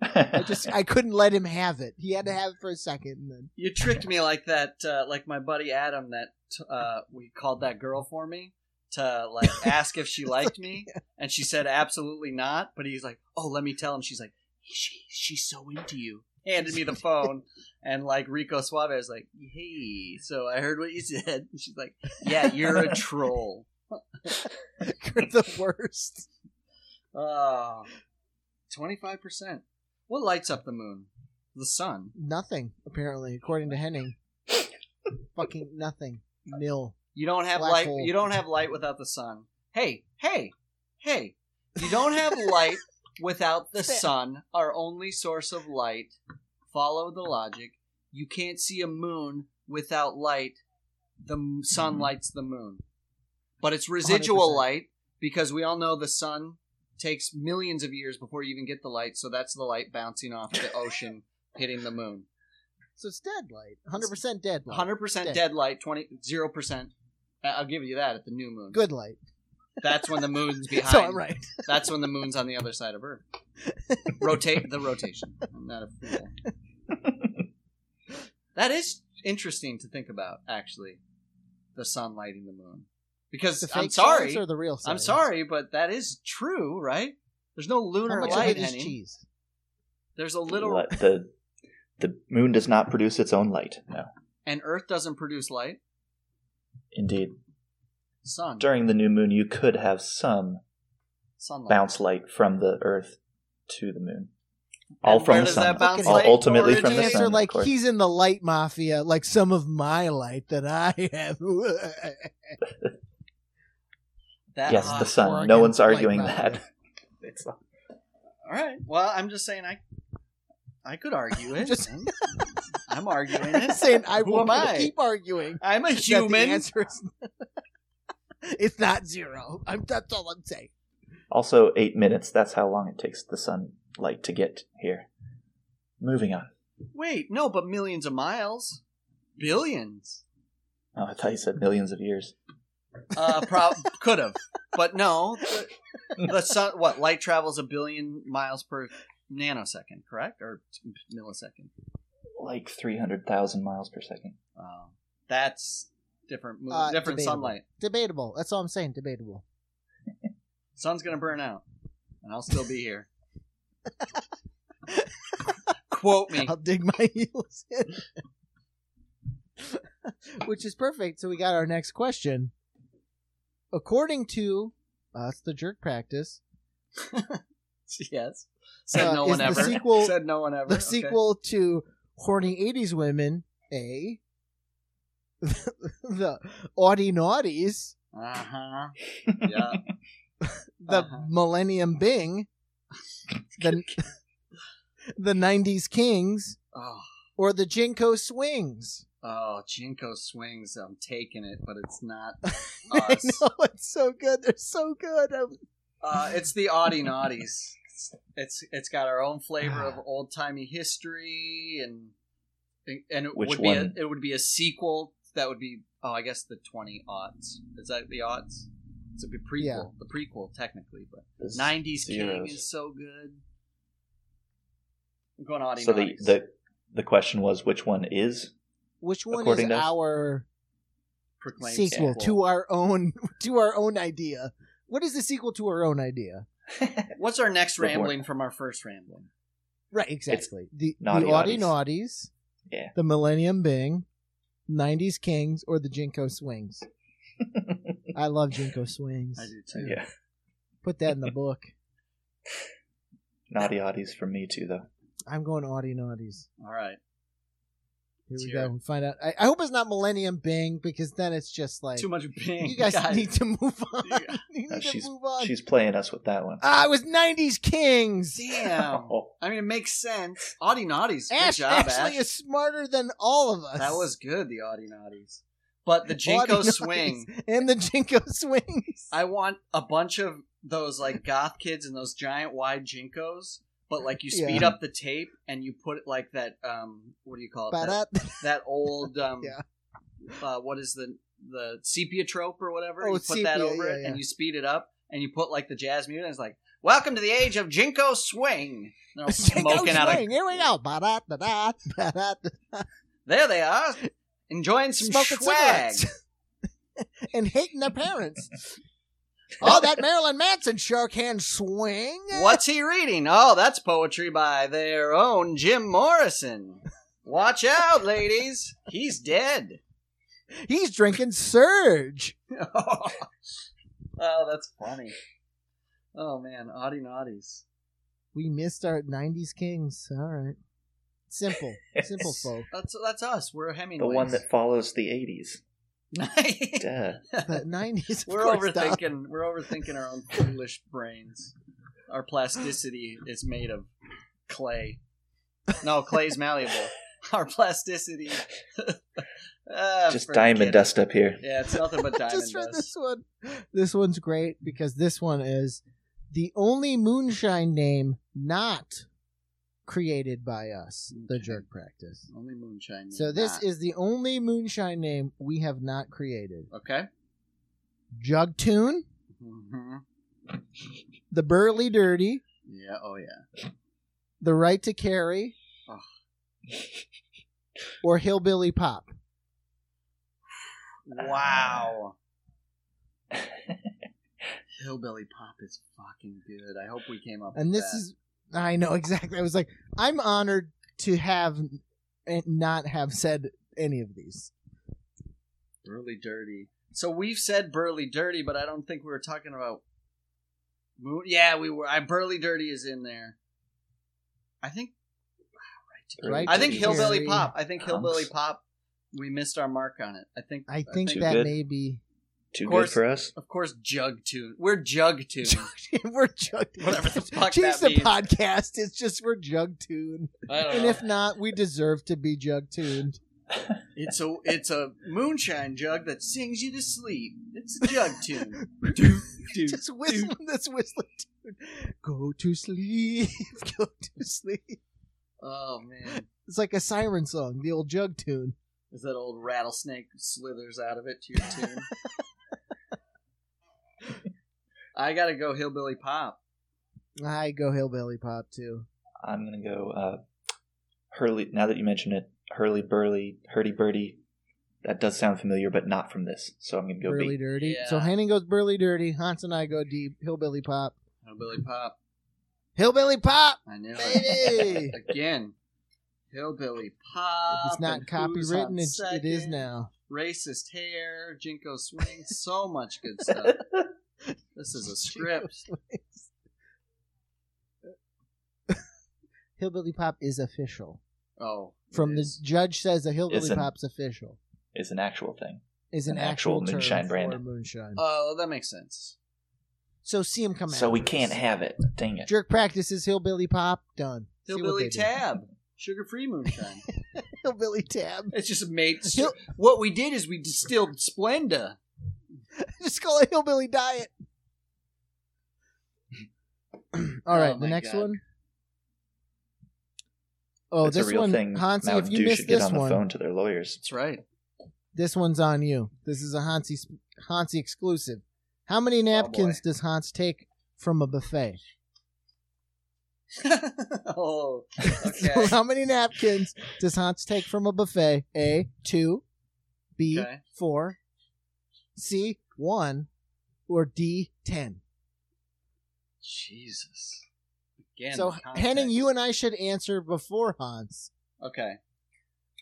S5: I just I couldn't let him have it. He had to have it for a second, and then
S3: You tricked me like that. Uh, like my buddy Adam, that uh, we called that girl for me to like ask if she liked me, and she said absolutely not. But he's like, "Oh, let me tell him." She's like, she, "She's so into you." Handed me the phone, and like Rico Suave is like, "Hey, so I heard what you said." And she's like, "Yeah, you're a troll."
S5: you're the worst.
S3: Oh, 25 percent. What lights up the moon? The sun.
S5: Nothing, apparently, according to Henning. Fucking nothing. Nil.
S3: You don't have
S5: Black
S3: light.
S5: hole.
S3: You don't have light without the sun. Hey, hey, hey! You don't have light without the sun. Our only source of light. Follow the logic. You can't see a moon without light. The m-
S5: Mm-hmm.
S3: sun lights the moon, but it's residual
S5: 100%.
S3: light because we all know the sun takes millions of years before you even get the light. So that's the light bouncing off the ocean, hitting the moon.
S5: So it's dead light. 100% dead light.
S3: Hundred percent
S5: Dead.
S3: dead light. Twenty zero percent. I'll give you that at the new moon.
S5: Good light.
S3: That's when the moon's behind.
S5: So I'm right.
S3: That's when the moon's on the other side of Earth. Rotate the rotation. I'm not a fool. That is interesting to think about, actually. The sun lighting the moon. Because
S5: The
S3: I'm
S5: fake science
S3: sorry.
S5: Or the real
S3: I'm
S5: science?
S3: sorry, but that is true, right? There's no
S5: How
S3: lunar
S5: much
S3: light,
S5: of it is
S3: Henny.
S5: cheese?
S3: There's a little,
S4: Li- the the moon does not produce its own light. No,
S3: and Earth doesn't produce light.
S4: indeed.
S3: Sun.
S4: During the new moon, you could have some
S3: Sunlight.
S4: bounce light from the Earth to the moon. All
S3: And
S4: from
S3: where
S4: the
S3: does that
S4: sun.
S3: bounce
S4: All
S3: light
S4: ultimately from the
S3: originate?
S4: sun.
S5: Answer
S4: of
S5: like
S4: course.
S5: he's in the light mafia, like some of my light that I have.
S3: That
S4: yes,
S3: hot
S4: the sun.
S5: Oregon
S4: No one's
S5: light
S4: arguing
S5: mafia.
S4: that. It's not-
S3: All right. Well, I'm just saying I I could argue it.
S5: Just-
S3: I'm, I'm arguing
S5: I'm
S3: it.
S5: saying I
S3: Who
S5: will
S3: am I?
S5: keep arguing.
S3: I'm a
S5: that the
S3: human.
S5: answer is it's not zero. I'm that's all I'm saying.
S4: Also, eight minutes. That's how long it takes the sunlight to get here. Moving on.
S3: Wait, no, but millions of miles, billions.
S4: Oh, I thought you said millions of years.
S3: Uh, prob could have, but no. The, the sun. What light travels a billion miles per nanosecond, correct, or millisecond?
S4: Like 300,000 miles per second.
S3: Uh, that's different. mo-
S5: Uh,
S3: different
S5: debatable.
S3: sunlight.
S5: Debatable. That's all I'm saying. Debatable.
S3: Sun's gonna burn out, and I'll still be here. Quote me.
S5: I'll dig my heels in. Which is perfect. So we got our next question. According to us, the jerk practice,
S3: Yes. Said
S5: Uh,
S3: no
S5: is
S3: one
S5: the
S3: ever.
S5: sequel-
S3: Said no one ever.
S5: the
S3: Okay.
S5: sequel to Horny 80s Women, A. the Audi Naughties,
S3: Uh huh. Yeah.
S5: the
S3: Uh-huh.
S5: Millennium Bing, the, the 90s Kings,
S3: Oh,
S5: or the Jinko Swings.
S3: oh, Jinko swings. I'm taking it, but it's not
S5: I
S3: us.
S5: know it's so good. They're so good. Um, I'm-
S3: uh, it's the Audi Naughties. It's it's got our own flavor of old timey history, and and it
S4: Which
S3: would be a,
S4: one?
S3: it would be a sequel that would be oh I guess the twenty aughts is that the aughts? It's a prequel,
S5: Yeah.
S3: the prequel technically, but
S4: This-
S3: nineties King
S4: zeros.
S3: is so good. I'm going Audi
S4: So the,
S3: Naughties.
S4: the, the question was which one is?
S5: Which one
S4: According
S5: is
S4: to us.
S5: our
S3: Proclaimed
S5: sequel to our own to our own idea? What is the sequel to our own idea?
S3: What's our next
S4: The Horn-
S3: rambling from our first rambling?
S5: Right, exactly. the
S4: Naughty
S5: the Audi
S4: Oddies.
S5: Naughties,
S4: Yeah.
S5: the Millennium Bing, '90s Kings, or the Jinko Swings. I love Jinko Swings.
S3: I do too.
S4: yeah.
S5: Put that in the book.
S4: Naughty oddies from me too, though.
S5: I'm going Audi Naughties.
S3: All right.
S5: Here
S3: Let's
S5: we
S3: hear
S5: go. Find out. I, I hope it's not Millennium Bing because then it's just like
S3: Too much bang.
S5: you guys need to move on.
S3: Yeah.
S5: You need
S4: No,
S5: to
S4: she's-
S5: move
S3: Uh,
S5: on.
S4: She's playing us with that one.
S5: Ah, it was '90s Kings.
S3: Damn.
S4: Oh,
S3: I mean, it makes sense. Audi Naughties. Good
S5: Ash
S3: job,
S5: actually
S3: Ash.
S5: is smarter than all of us.
S3: That was good, the Audi Naughties. But the Jinko
S5: Audinauties
S3: Swing,
S5: and the Jinko swings.
S3: I want a bunch of those like goth kids and those giant wide Jinkos. But like you speed
S5: Yeah.
S3: up the tape and you put it like that. Um, what do you call it? That-
S5: Ba-da-
S3: that old um
S5: Yeah.
S3: uh, what is the the sepia trope or whatever
S5: Oh,
S3: you put that
S5: sepia,
S3: over
S5: yeah,
S3: it
S5: yeah.
S3: and you speed it up and you put like the jazz music and it's like welcome to the age of jinko swing and they're
S5: Jinko
S3: smoking out of
S5: swing. Here we go. Ba-da, da-da, ba-da, da-
S3: there they are enjoying some
S5: Smoking
S3: swag
S5: cigarettes. and hating their parents. oh, that Marilyn Manson sure can swing.
S3: what's he reading oh that's poetry by their own jim morrison watch out ladies he's dead
S5: He's drinking Surge.
S3: oh that's funny oh man audie naughties
S5: We missed our '90s Kings. All right, simple, simple folk.
S3: that's that's us we're hemingway
S4: the one that follows the 80s. Duh.
S5: The '90s. of
S3: we're
S5: course, Doc.
S3: overthinking. We're overthinking our own foolish brains. Our plasticity is made of clay. No, clay's malleable. Our plasticity. Ah,
S4: Just
S3: forget
S4: diamond
S3: it.
S4: dust up here.
S3: Yeah, it's nothing but diamond
S5: just for
S3: dust.
S5: this one. This one's great because this one is the only moonshine name not created by us, the
S3: Okay.
S5: jerk practice.
S3: Only moonshine.
S5: So
S3: need
S5: this
S3: not.
S5: is the only moonshine name we have not created.
S3: okay.
S5: Jugtoon,
S3: hmm
S5: the Burly Dirty,
S3: Yeah. Oh yeah.
S5: the Right to Carry,
S3: Ugh.
S5: or Hillbilly Pop. Ah.
S3: Wow. Hillbilly pop is fucking good. I hope we came up.
S5: And
S3: with
S5: this
S3: that.
S5: is I know exactly. I was like, I'm honored to have and not have said any of these.
S3: Burly Dirty. So we've said Burly Dirty, but I don't think we were talking about Mo- yeah, we were. I Burly Dirty is in there. I think.
S5: Right
S3: I think
S5: Dirty
S3: Hillbilly
S5: Harry.
S3: Pop. I think Hillbilly
S4: Punks.
S3: Pop. We missed our mark on it. I think.
S5: I think
S4: Too
S5: that
S4: good.
S5: may be.
S4: Too
S3: Of
S4: good
S3: course.
S4: for us.
S3: Of course, Jug Tune. We're Jug Tune.
S5: we're jug.
S3: Whatever the fuck
S5: Change
S3: that
S5: the
S3: means.
S5: podcast. It's just we're jug tuned,
S3: I don't
S5: and
S3: know.
S5: if not, we deserve to be jug tuned.
S3: It's a it's a moonshine jug that sings you to sleep. It's a jug tune.
S5: just whistling this whistling tune. Go to sleep. Go to sleep.
S3: oh man,
S5: It's like a siren song, the old jug tune.
S3: is that old rattlesnake slithers out of it to your tune? I gotta go, hillbilly pop.
S5: I go hillbilly pop too.
S4: I'm gonna go uh, Hurley. Now that you mention it, Hurley Burley, Hurdy Burdy. That does sound familiar, but not from this. So I'm gonna go
S5: burly
S4: B.
S5: dirty.
S3: Yeah.
S5: So Henning goes burly dirty. Hans and I go deep. Hillbilly pop.
S3: Hillbilly pop.
S5: Hillbilly pop.
S3: I knew
S5: Baby!
S3: it again. Hillbilly pop.
S5: It's not
S3: and Who's on
S5: copywritten. It, it is
S3: Second,
S5: now.
S3: Racist hair, Jinko swing, so much good stuff. This is a script.
S5: Hillbilly pop is official.
S3: Oh, it
S4: Mm-hmm.
S5: From the
S3: is.
S5: judge says a hillbilly
S4: It's an-
S5: pop's official
S4: Is an actual thing.
S5: is an,
S4: an actual
S5: actual, term
S4: moonshine brand.
S5: for moonshine.
S3: Oh, that makes sense.
S5: so see him come out.
S4: So we can't have it. Dang it.
S5: jerk practices hillbilly pop done. See what
S3: Hillbilly
S5: they do.
S3: Tab, sugar free moonshine.
S5: Hillbilly tab.
S3: it's just made.
S5: Hill-
S3: what we did is we distilled Splenda.
S5: Just call it hillbilly diet. All right,
S3: Oh
S5: the
S3: my
S5: next
S3: God.
S5: one. Oh,
S4: That's
S5: this
S4: a real
S5: one,
S4: thing.
S5: Hansi.
S4: Mountain
S5: If you
S4: Dew
S5: missed
S4: should get
S5: this
S4: on the
S5: one,
S4: phone to their lawyers.
S3: That's right.
S5: this one's on you. This is a Hansi Hansi exclusive. How many napkins does Hans take from a buffet?
S3: oh,
S5: So
S3: okay.
S5: how many napkins does Hans take from a buffet? A two, B
S3: Okay.
S5: four, C one, or D ten.
S3: Jesus. Again,
S5: so
S3: the context.
S5: Henning, you and I should answer before Hans.
S3: Okay.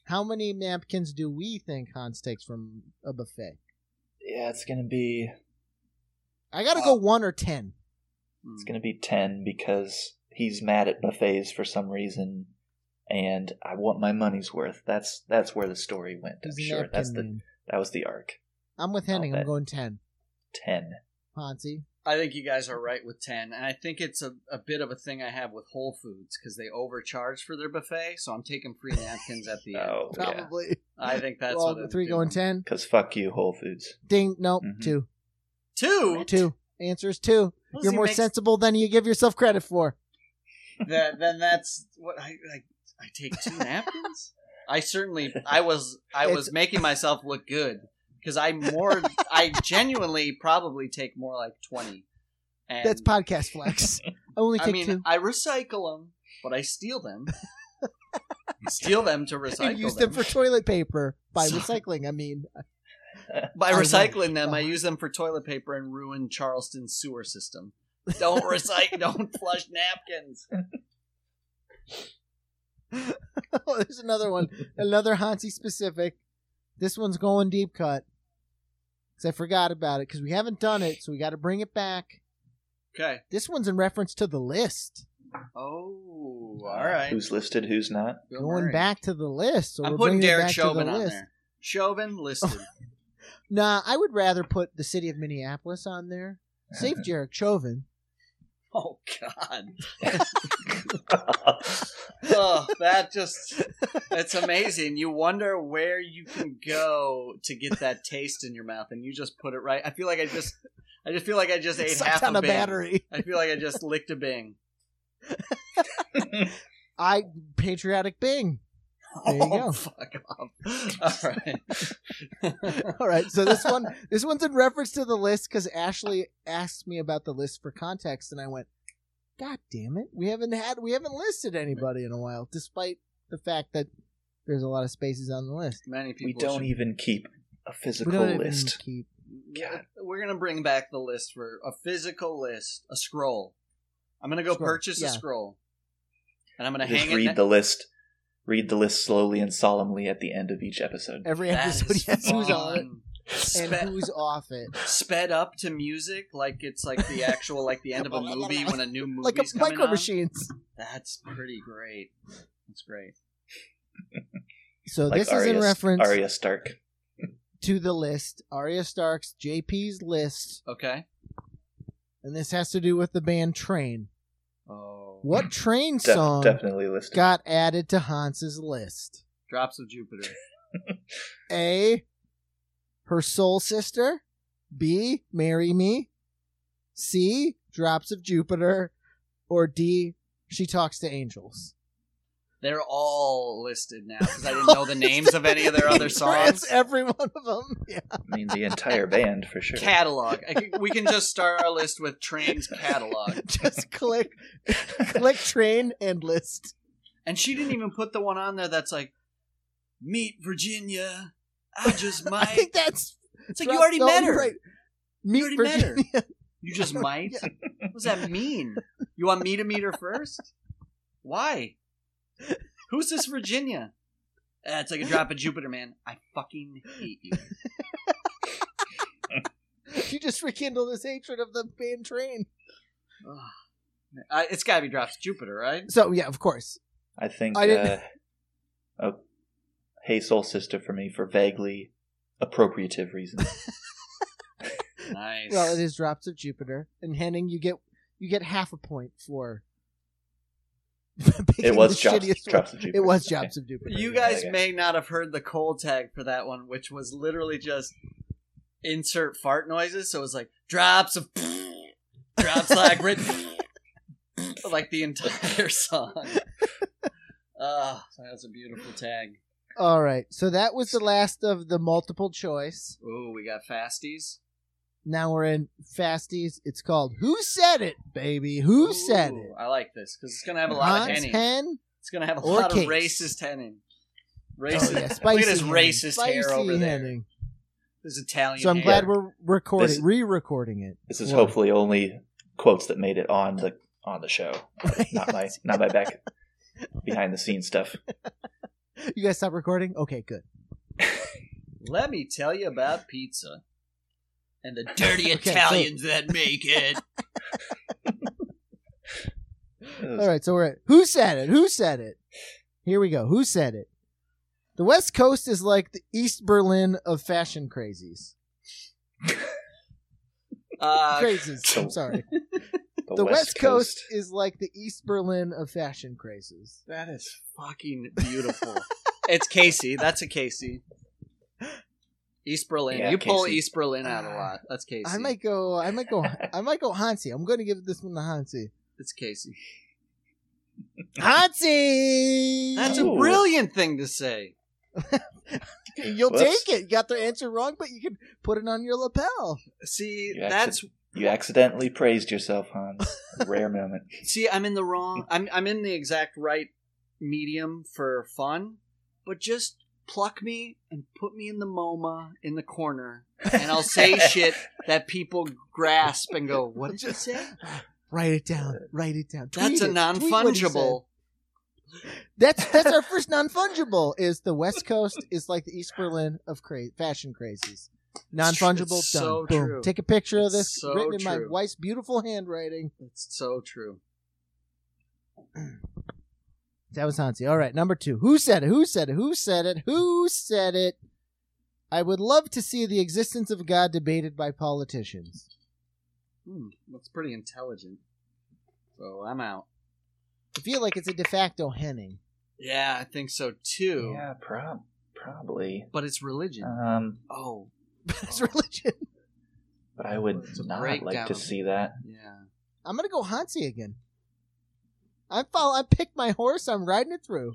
S5: How many napkins do we think Hans takes from a buffet?
S4: Yeah, it's gonna be
S5: I gotta go one or ten. Hmm.
S4: it's gonna be ten because he's mad at buffets for some reason, and I want my money's worth. That's that's where the story went. I'm
S5: He's a
S4: sure
S5: napkin
S4: that's the
S5: man.
S4: that was the arc.
S5: I'm with Henning.
S4: I'll
S5: I'm
S4: bet.
S5: going ten.
S4: Ten.
S5: Hansi,
S3: I think you guys are right with 10. And I think it's a, a bit of a thing I have with Whole Foods because they overcharge for their buffet. So I'm taking free napkins at the end.
S4: Oh yeah,
S5: probably.
S3: I think that's
S5: Well,
S3: what I'm
S5: three
S3: doing. Mm-hmm.
S5: going ten.
S4: because fuck you, Whole Foods.
S5: Ding. Nope.
S4: Mhm.
S5: Two.
S3: Two.
S5: Two. Answers two.
S3: Unless
S5: You're
S3: he
S5: more
S3: makes-
S5: sensible than you give yourself credit for.
S3: that then that's what I I, I take two napkins. I certainly I was I was
S5: It's-
S3: making myself look good because I more I genuinely probably take more like twenty. And,
S5: That's podcast flex. I only take
S3: I mean
S5: two.
S3: I recycle them, but I steal them. steal them to
S5: And
S3: recycle
S5: use
S3: them.
S5: them for toilet paper by
S3: So-
S5: recycling. I mean,
S3: By
S5: I know.
S3: recycling them, I
S5: Oh.
S3: use them for toilet paper and ruin Charleston's sewer system. Don't recycle. don't flush napkins.
S5: oh, there's another one. Another Hansi specific. This one's going deep cut. Because I forgot about it. Because we haven't done it, so we got to bring it back.
S3: Okay.
S5: This one's in reference to the list.
S3: Oh, all right.
S4: Who's listed? Who's not?
S3: Bill
S5: going
S3: Murray.
S5: back to the list. So
S3: I'm
S5: we're
S3: putting
S5: bringing it
S3: Derek
S5: back to
S3: Chauvin
S5: the
S3: on
S5: list.
S3: there. Chauvin listed.
S5: Nah, I would rather put the city of Minneapolis on there. Save Derek Chauvin.
S3: oh God! Oh, that just—it's amazing. You wonder where you can go to get that taste in your mouth, and you just put it right. I feel like I just—I just feel like I just ate half
S5: Sucked on
S3: a
S5: a
S3: bing.
S5: battery.
S3: I feel like I just licked a bing.
S5: I patriotic Bing. There you
S3: oh,
S5: go.
S3: fuck off! All right.
S5: All right, so this one, this one's in reference to the list because Ashley asked me about the list for context, and I went, "God damn it, we haven't had, we haven't listed anybody in a while, despite the fact that there's a lot of spaces on the list.
S3: Many people
S4: we don't
S3: should-
S4: even keep a
S5: We
S4: physical
S5: don't even
S4: list.
S5: keep.
S3: Yeah, we're gonna bring back the list for a physical list, a scroll. I'm gonna go
S5: Scroll,
S3: purchase
S5: yeah.
S3: a scroll, and I'm gonna
S4: Just
S3: hang it.
S4: read
S3: ne-
S4: the list. Read the list slowly and solemnly at the end of each episode.
S5: Every
S3: That
S5: episode,
S3: is
S5: yes, who's on it?
S3: fun.
S5: and
S3: Spe-
S5: who's off it.
S3: sped up to music, like it's like the actual like the end of a movie when a new movie's
S5: Like a
S3: coming
S5: micro
S3: on.
S5: machines.
S3: That's pretty great. That's great.
S5: So
S4: like
S5: this
S4: Arya,
S5: is in reference
S4: Arya Stark.
S5: to the list, Arya Stark's JP's list,
S3: Okay.
S5: and this has to do with the band Train.
S3: Oh,
S5: What Train
S4: Def-
S5: song
S4: definitely listed.
S5: got added to Hans's list?
S3: drops of Jupiter?
S5: A. Her Soul Sister. B. Marry Me. C. Drops of Jupiter. Or D. She Talks to Angels.
S3: They're all listed now because I didn't know the names of any of their other songs.
S5: It's every one of them. Yeah.
S4: I mean, the entire band for sure.
S3: Catalog. I think we can just start our list with Train's catalog.
S5: Just click, click Train and list.
S3: And she didn't even put the one on there that's like, meet Virginia. I just
S5: I
S3: might.
S5: think that's.
S3: It's like you already met her.
S5: Meet
S3: already met her.
S5: Virginia.
S3: You just might? What does that mean? You want me to meet her first? Why? Who's this Virginia? Uh, it's like a drop of Jupiter, man. I fucking hate you.
S5: She just rekindled his hatred of the band Train.
S3: Ugh. Uh, it's got to be drops of Jupiter, right?
S5: So yeah, of course.
S4: I think.
S5: I didn't-
S4: Uh, oh, hey, soul sister, for me for vaguely appropriative reasons.
S3: Nice.
S5: Well, it is Drops of Jupiter, and Henning, you get you get half a point for.
S4: it
S5: picking
S4: was
S5: the
S4: drops,
S5: shittiest one.
S4: drops of Jupiter.
S5: It was
S4: Okay.
S5: Jobs of Jupiter.
S3: you
S4: Yeah,
S3: guys
S4: okay.
S3: may not have heard the cold tag for that one, which was literally just insert fart noises. So it was like drops of, drops like written, like the entire song. Oh, that's a beautiful tag.
S5: All right, so that was the last of the multiple choice.
S3: Ooh, we got fasties.
S5: Now we're in Fasties. It's called "Who Said It, Baby? Who Said
S3: Ooh,
S5: It?"
S3: I like this because it's gonna have a lot of
S5: Hans
S3: henning.
S5: Hen.
S3: It's gonna have a
S5: or
S3: lot of
S5: cakes.
S3: racist henning.
S5: Oh
S3: Racist.
S5: yeah,
S3: Look
S5: spicy.
S3: at his
S5: Henning.
S3: racist hair
S5: Spicy
S3: over there.
S5: Henning.
S3: There's Italian.
S5: So I'm
S3: hair.
S5: glad we're recording,
S4: This-
S5: re-recording it.
S4: This is
S5: Well,
S4: hopefully only quotes that made it on the on the show, not my not my back behind the scenes stuff.
S5: You guys stop recording. Okay, good.
S3: Let me tell you about pizza and the dirty
S5: Okay, so-
S3: Italians that make it.
S5: All right, so we're at who said it? Who said it? Here we go. Who said it? The West Coast is like the East Berlin of fashion crazies.
S3: Uh,
S5: Crazies. I'm sorry. The West, Coast. is like the East Berlin of fashion crazes.
S3: that is fucking beautiful. it's Casey. That's a Casey. East Berlin.
S4: Yeah,
S3: you pull
S4: Casey.
S3: East Berlin out a lot. That's Casey.
S5: Ah, I might go. I might go. I might go Hansi. I'm going to give this one to Hansi.
S3: It's Casey.
S5: Hansi.
S3: That's a
S4: Ooh.
S3: brilliant thing to say.
S5: You'll
S4: Whoops.
S5: take it. You got the answer wrong, but you can put it on your lapel.
S3: See,
S4: You accident-
S3: that's
S4: You accidentally praised yourself, Hans. Rare moment.
S3: see, I'm in the wrong. I'm I'm in the exact right medium for fun, but just pluck me and put me in the MoMA in the corner, and I'll say shit that people grasp and go, "What did you say?"
S5: Write it down. Write it down.
S3: That's
S5: Tweet
S3: a
S5: it.
S3: non
S5: Tweet what he said.
S3: fungible.
S5: That's that's our first non-fungible. Is the West Coast is like the East Berlin of cra- fashion crazies. Non-fungible.
S3: It's
S5: done.
S3: so
S5: Boom.
S3: true.
S5: Take a picture of this
S3: It's so
S5: written in my
S3: true.
S5: wife's beautiful handwriting.
S3: That's so true.
S5: That was Hansi. All right, number two. Who said it? Who said it? Who said it? Who said it? I would love to see the existence of God debated by politicians.
S3: Hmm, that's pretty intelligent. So I'm out.
S5: I feel like it's a de facto Henning.
S3: Yeah, I think so too.
S4: Yeah, prob probably.
S3: But it's religion.
S4: Um,
S3: oh,
S5: It's religion.
S4: but I would
S3: It's a
S4: not
S3: breakdown
S4: like to
S3: of-
S4: see that.
S3: yeah.
S5: I'm gonna go Hansi again. I follow. I picked my horse. I'm riding it through.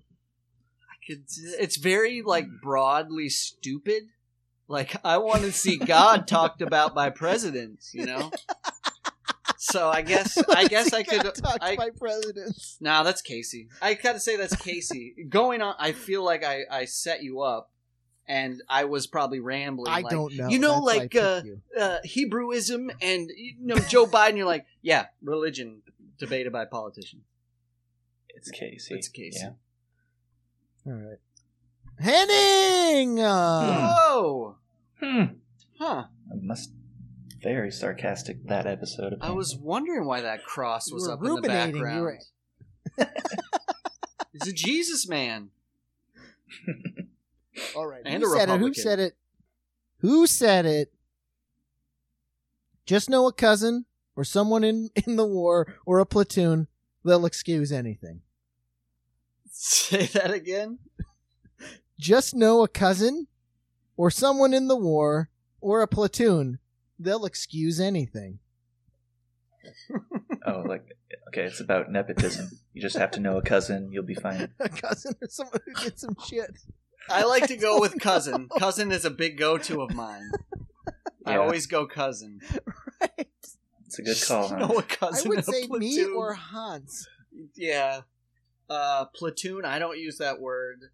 S3: could- it's very like broadly stupid. Like I want to see God talked about by presidents, you know. So I guess I guess I could.
S5: talk
S3: I-
S5: to my presidents.
S3: Nah, that's Casey. I gotta say that's Casey. Going on, I feel like I I set you up, and I was probably rambling.
S5: I
S3: like,
S5: don't know.
S3: You know,
S5: That's why I
S3: like,
S5: picked
S3: uh,
S5: you.
S3: uh, Hebrewism and you know Joe Biden. You're like, yeah, religion debated by politicians.
S4: It's Casey.
S3: It's Casey.
S4: Yeah.
S5: all right, Henning. Uh,
S3: Whoa,
S4: Hmm.
S3: Huh.
S4: I must very sarcastic that episode.
S3: I
S4: apparently.
S3: was wondering why that cross
S5: You
S3: was
S5: were
S3: up in the
S5: ruminating, you
S3: background.
S5: were-
S3: He's a Jesus man.
S5: All right.
S3: And
S5: who
S3: a
S5: said it? Who
S3: Republican.
S5: said it? Who said it? Just know a cousin or someone in, in the war or a platoon. They'll excuse anything.
S3: Say that again.
S5: Just know a cousin or someone in the war or a platoon. They'll excuse anything.
S4: Oh, like okay, it's about nepotism. you just have to know a cousin, you'll be fine.
S5: A cousin or someone who did some shit.
S3: I like to go with cousin. Cousin is a big go-to of mine. I
S4: Yeah.
S3: always go cousin.
S5: Right?
S4: It's a good
S3: You
S4: call. Huh?
S3: know a
S5: I
S3: cousin in
S5: would
S3: a
S5: say me
S3: platoon.
S5: or Hans.
S3: yeah. Uh, platoon. I don't use that word.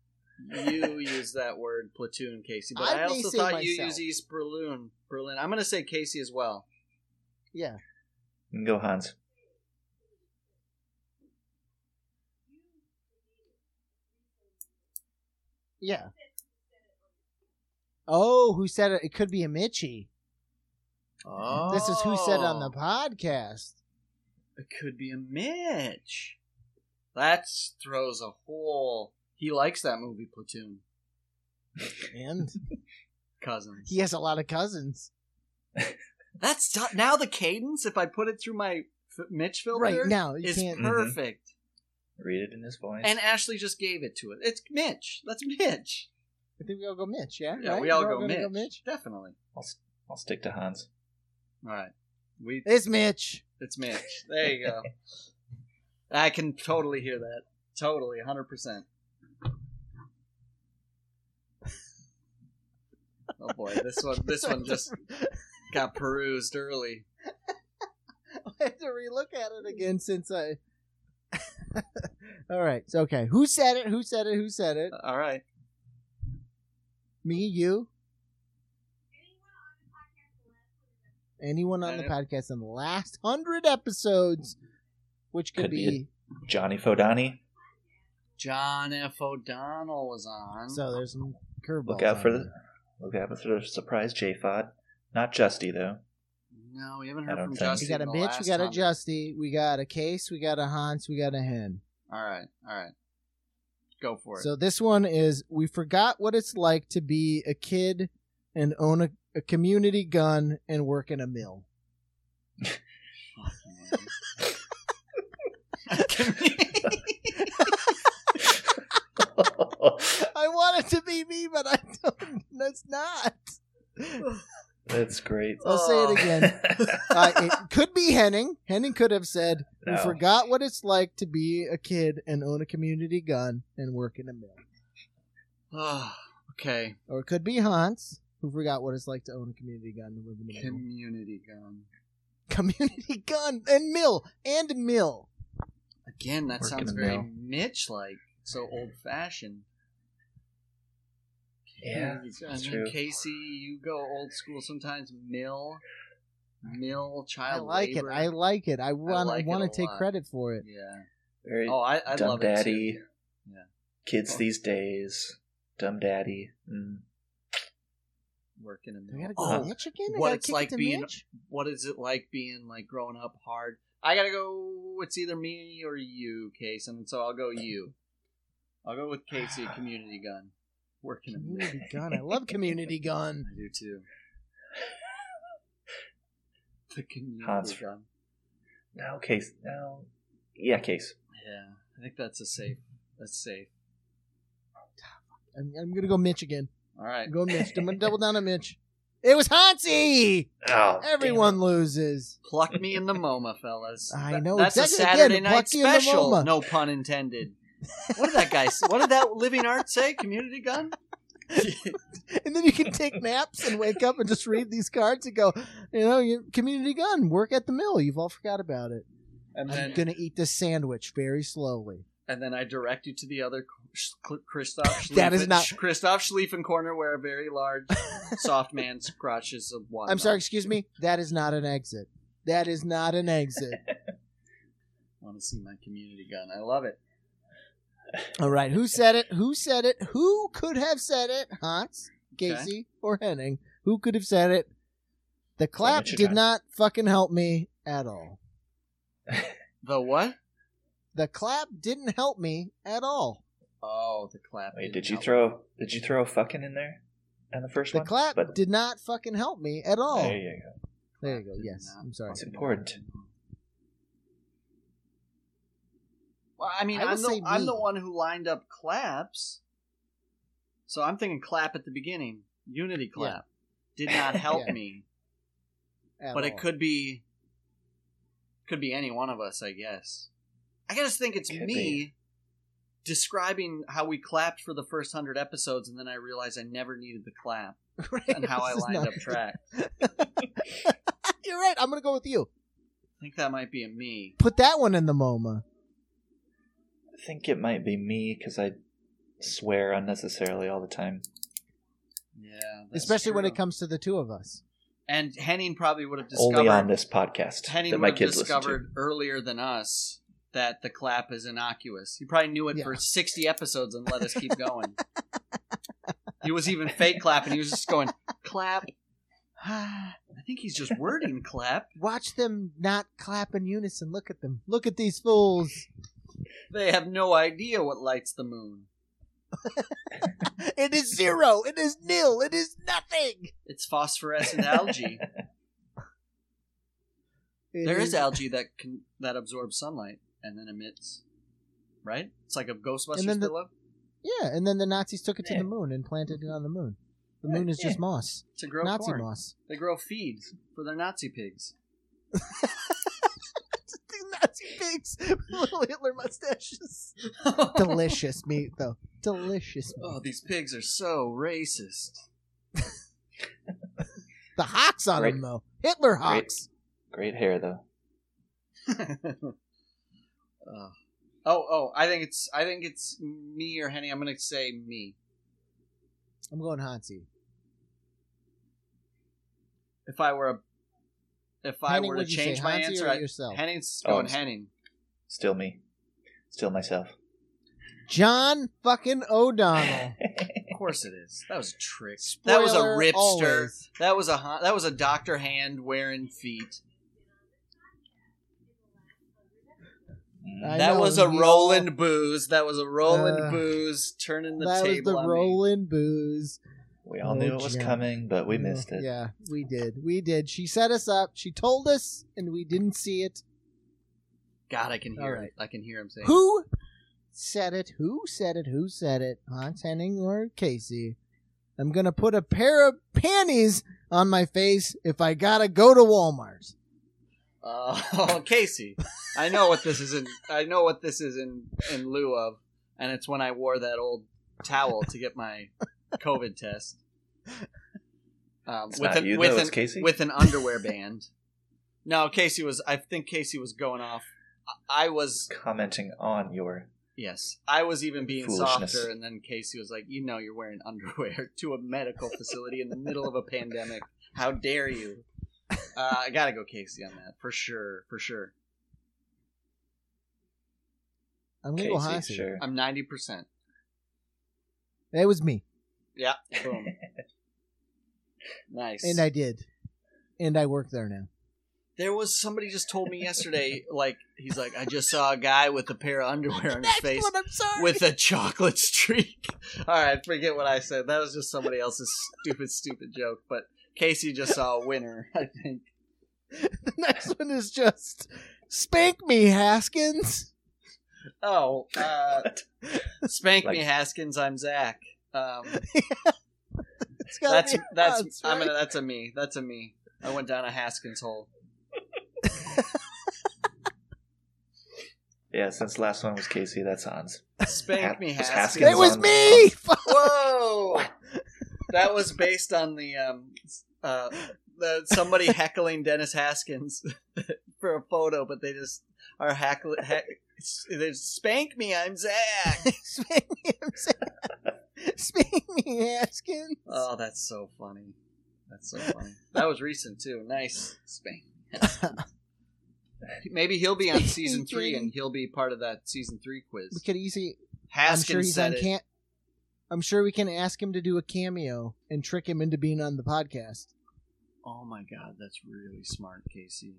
S3: You use that word, platoon, Casey. But
S5: I
S3: I,
S5: may
S3: also
S5: say
S3: thought you
S5: myself.
S3: use East Berlin. Berlin. I'm gonna say Casey as well.
S5: Yeah.
S4: You can Go Hans.
S5: Yeah. Oh, who said it? It could be a Mitchie.
S3: Oh,
S5: This is who said on the podcast.
S3: It could be a Mitch. That throws a whole. He likes that movie, Platoon.
S5: And
S3: Cousins.
S5: he has a lot of cousins.
S3: That's t- now the cadence. If I put it through my f- Mitch filter,
S5: Right now, you
S3: is
S5: can't.
S4: Mhm.
S3: perfect.
S4: Read it in his voice.
S3: And Ashley just gave it to it. It's Mitch. That's Mitch.
S5: I think we all go Mitch, yeah?
S3: Yeah,
S5: Right?
S3: we all
S5: We're
S3: go
S5: gonna
S3: Mitch. Definitely.
S4: I'll, s- I'll stick to Hans.
S3: All right. We.
S5: It's Mitch.
S3: It's Mitch. There you go. I can totally hear that. Totally, hundred percent. Oh boy, this one. This one just got perused early.
S5: I have to relook at it again since I. all right. So, okay. Who said it? Who said it? Who said it?
S3: All right.
S5: Me, you? Anyone on the podcast in the last hundred episodes, which could,
S4: Could be
S5: be.
S4: a- Johnny Fodani,
S3: John F. O'Donnell was on.
S5: So there's some curveballs.
S4: look out
S5: on
S4: for
S5: there.
S4: the look out for the surprise JFOD. Not Justy though.
S3: no, we haven't
S4: I
S3: heard
S4: don't
S3: from
S4: think-
S3: Justin.
S5: We got a
S3: in the
S5: bitch, we
S3: last
S5: got a
S3: time.
S5: Justy, we got a Case, we got a Hans, we got a Hen.
S3: All right, all right. Go for it.
S5: So this one is we forgot what it's like to be a kid and own a, a community gun and work in a mill.
S3: Fuck, man.
S5: I want it to be me, but I don't. That's not.
S4: That's great.
S3: Oh,
S5: I'll say it again. Uh, it could be Henning. Henning could have said, "We
S4: No.
S5: forgot what it's like to be a kid and own a community gun and work in a mill."
S3: Oh, okay.
S5: Or it could be Hans, who forgot what it's like to own a community gun and live in a mill.
S3: Community gun.
S5: community gun and mill and mill.
S3: Again, that
S4: Working
S3: sounds
S4: the
S3: very
S4: mill.
S3: Mitch like, so old fashioned.
S4: Yeah, that's true.
S3: Casey, you go old school sometimes. Mill, mill,
S5: I
S3: child.
S5: like
S3: labor.
S5: it. I like it. I want.
S3: like it
S5: I want
S3: a
S5: to take
S3: lot.
S5: credit for it.
S3: Yeah.
S4: Very
S3: Oh, I, I
S4: dumb
S3: love it.
S4: daddy.
S3: Too. Yeah. Oh.
S4: Kids these days. Dumb daddy. Mm.
S3: Working in
S5: I gotta
S3: the
S5: go
S3: oh,
S5: Mitch again. I
S3: what
S5: gotta
S3: it's
S5: kick it
S3: like
S5: to
S3: being-
S5: Mitch?
S3: what is it like being like growing up hard? I gotta go. It's either me or you, Casey, and so I'll go you. I'll go with Casey. Community gun. Working in the mill.
S5: community gun. I love community gun.
S3: I do too. The community
S4: Hans.
S3: gun.
S4: No case. No. Yeah, case.
S3: Yeah, I think that's a safe. That's safe.
S5: I'm, I'm gonna go Mitch again.
S3: All right.
S5: I'm going Mitch. I'm gonna double down on Mitch. It was Hansi.
S4: Oh,
S5: Everyone loses.
S3: Pluck me in the MoMA, fellas.
S5: I know
S3: That's
S5: exactly.
S3: a Saturday
S5: Again,
S3: night
S5: pluck you in the
S3: special.
S5: MoMA.
S3: No pun intended. What did that guy? s- What did that living art say? Community gun.
S5: And then you can take naps and wake up and just read these cards and go, you know, your community gun. Work at the mill. You've all forgot about it.
S3: And
S5: I'm
S3: then,
S5: gonna eat this sandwich very slowly.
S3: and then I direct you to the other Christoph. Schlieffen,
S5: That is not-
S3: Christoph Schlieffen corner where a very large, soft man's crotch is a one.
S5: I'm sorry, excuse me. That is not an exit. That is not an exit.
S3: want to see my community gun? I love it.
S5: All right, who said it? Who said it? Who could have said it? Hans,
S3: Okay.
S5: Casey, or Henning? Who could have said it? The clap
S4: what you
S5: did
S4: got?
S5: not fucking help me at all.
S3: The what?
S5: The clap didn't help me at all.
S3: Oh, the clap.
S4: Wait,
S3: didn't
S4: did you
S3: help.
S4: throw? Did you throw a fucking in there? On the first
S5: The
S4: one.
S5: clap
S4: But-
S5: did not fucking help me at all.
S4: There you go.
S5: There you go.
S3: Did
S5: Yes,
S3: not
S5: I'm sorry.
S4: It's important.
S3: Well, I mean,
S5: I would
S3: I am
S5: say
S3: the, I'm the
S5: me.
S3: one who lined up claps. So I'm thinking clap at the beginning. Unity clap. Did not help
S5: Yeah.
S3: me.
S5: At
S3: But it
S5: all.
S3: could be could be any one of us, I guess. I just think it's
S4: Could
S3: me
S4: be.
S3: describing how we clapped for the first 100 episodes and then I realized I never needed the clap
S5: Right,
S3: and how I
S5: this is
S3: lined
S5: not-
S3: up track.
S5: You're right. I'm gonna go with you.
S3: I think that might be a me.
S5: Put that one in the MoMA.
S4: I think it might be me because I swear unnecessarily all the time.
S3: Yeah. that's
S5: especially when
S3: true.
S5: it comes to the two of us.
S3: And Henning probably would have
S4: Only
S3: discovered
S4: on this podcast
S3: Henning
S4: that
S3: would
S4: my
S3: have
S4: kids listen
S3: discovered earlier than us that the clap is innocuous. He probably knew it
S5: Yeah.
S3: for 60 episodes and let us keep going. he was even fake clapping. He was just going, clap. I think he's just wording clap.
S5: Watch them not clap in unison. Look at them. Look at these fools.
S3: They have no idea what lights the moon.
S5: It is zero. It is nil. It is nothing.
S3: It's phosphorescent algae.
S5: It
S3: There is algae that can that absorbs sunlight and then emits, right? It's like a Ghostbusters
S5: then the-
S3: pillow.
S5: Yeah, and then the Nazis took it to
S4: Yeah.
S5: the moon and planted it on the moon. The moon is just moss.
S3: To grow
S5: Nazi
S3: corn.
S5: moss.
S3: They grow feed for their Nazi pigs.
S5: Nazi pigs. Little Hitler mustaches. Delicious meat, though. Delicious meat.
S3: Oh, these pigs are so racist.
S5: The hawks on
S4: Great.
S5: them, though. Hitler
S4: Great.
S5: hawks.
S4: Great hair though.
S3: Uh, oh, oh, I think it's I think it's me or Henny. I'm gonna say me.
S5: I'm going Hansi.
S3: If I were a, if I
S5: Henning,
S3: were to
S5: what'd you say,
S3: change my
S5: Hansi
S3: answer,
S5: or
S3: I,
S5: yourself?
S3: Henning's
S4: Oh,
S3: going
S4: I'm-
S3: Henning.
S4: Still me. Still myself.
S5: John fucking O'Donnell.
S3: Of course it is. That was a trick. that was a
S5: Spoiler
S3: ripster.
S5: always.
S3: That was a hon- that was a doctor hand wearing feet.
S4: Mm,
S5: I
S3: that
S5: know,
S3: was a
S5: he's-
S3: Roland booze. That was a Roland
S5: Uh,
S3: booze turning the
S5: that was
S3: table
S5: the
S3: on me.
S5: Roland booze.
S4: we all
S5: Oh,
S4: knew it was
S5: Jim.
S4: coming, but we missed it.
S5: Yeah, we did. We did. She set us up. She told us, and we didn't see it.
S3: God, I can
S5: All
S3: hear
S5: right.
S3: it. I can hear him saying.
S5: Who said it? Who said it? Who said it? Hans Henning or Casey? I'm gonna put a pair of panties on my face if I gotta go to Walmart.
S3: Uh, Casey, I know what this is in. I know what this is in in lieu of, and it's when I wore that old towel to get my COVID test. Um,
S4: It's
S3: with
S4: not
S3: an,
S4: you, though,
S3: with an,
S4: it's Casey.
S3: with an underwear band. No, Casey was. I think Casey was going off. I I was
S4: Commenting on your
S3: yes. I was even being
S4: Foolishness.
S3: softer, and then Casey was like, "You know, you're wearing underwear to a medical facility in the middle of a pandemic. How dare you?" Uh, I gotta go, Casey, on that for sure. For sure.
S5: I'm gonna go
S4: Casey,
S5: Hansi.
S4: sure.
S3: I'm ninety percent.
S5: That was me,
S3: Yeah. Boom. nice.
S5: and I did, and I work there now.
S3: there was somebody just told me yesterday, like he's like, I just saw a guy with a pair of underwear on his face
S5: what I'm sorry.
S3: with a chocolate streak. All right, forget what I said. That was just somebody else's stupid, stupid joke. But Casey just saw a winner. I think.
S5: the next one is just spank me, Haskins.
S3: Oh, uh, spank me,
S4: Like-
S3: Haskins. I'm Zach. Um,
S5: It's gotta
S3: that's
S5: be
S3: that's
S5: Hans,
S3: I'm
S5: right?
S3: gonna, that's a me. That's a me. I went down a Haskins hole.
S4: Yeah, since the last one was Casey, that's Hans.
S3: Spank
S4: Ha-
S3: me,
S4: was
S3: Haskins.
S4: Haskins
S5: It was
S4: on-
S5: me. Fuck.
S3: Whoa! that was based on the um uh the, somebody heckling Dennis Haskins for a photo, but they just are hackle heck, they just, spank me. I'm Zach.
S5: Spank me, I'm saying. Spank me, Haskins.
S3: oh, that's so funny. That's so funny. That was recent too. Nice spank. Maybe he'll be on season three, and he'll be part of that season three
S5: we
S3: quiz.
S5: could easily. I'm
S3: Haskins
S5: sure he's
S3: said
S5: on
S3: it.
S5: can I'm sure we can ask him to do a cameo and trick him into being on the podcast.
S3: Oh my god, that's really smart, Casey.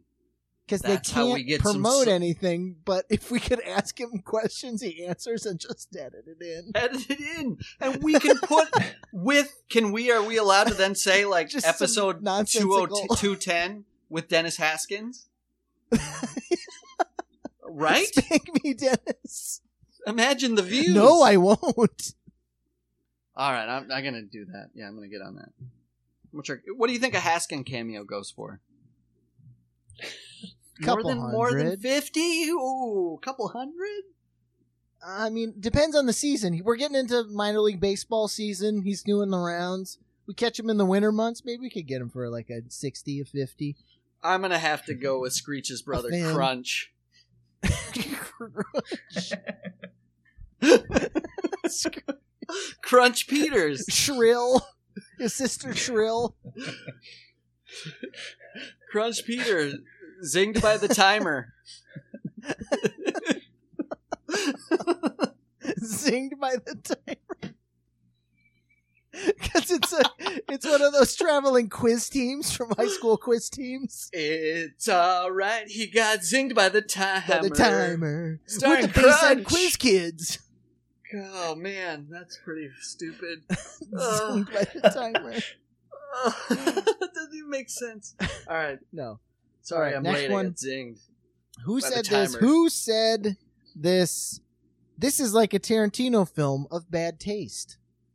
S5: because they
S3: That's how we
S5: can't
S3: get some
S5: promote
S3: so-
S5: anything. But if we could ask him questions, he answers and just edit it in.
S3: Edit it in, and we can put with. Can we? Are we allowed to then say like
S5: Just some
S3: episode two
S5: nonsensical-
S3: oh two ten with Dennis Haskins? Right?
S5: Spank me, Dennis.
S3: Imagine the views.
S5: No, I won't.
S3: All right, I'm, I'm gonna do that. Yeah, I'm gonna get on that. Which are, what do you think a Haskin cameo goes for?
S5: Couple
S3: more than more than
S5: hundred.
S3: fifty. Ooh, couple hundred.
S5: I mean, depends on the season. We're getting into minor league baseball season. He's doing the rounds. We catch him in the winter months. Maybe we could get him for like a sixty or fifty.
S3: I'm gonna have to go with Screech's brother
S5: fan.
S3: Crunch. Crunch Peters.
S5: Shrill, his sister Shrill.
S3: Crunch Peter zinged by the timer.
S5: zinged by the timer. Because it's a, it's one of those traveling quiz teams from high school quiz teams.
S3: It's all right. He got zinged by the timer.
S5: By the timer,
S3: Starring
S5: with the Bayside
S3: Crunch.
S5: Quiz Kids,
S3: Oh man, that's pretty stupid. Ugh.
S5: zinged by the timer.
S3: that doesn't even make sense. All right,
S5: No,
S3: sorry,
S5: All right,
S3: I'm
S5: next
S3: late. I
S5: one.
S3: got zinged.
S5: who
S3: By the
S5: said this?
S3: timer.
S5: Who said this? This is like a Tarantino film of bad taste.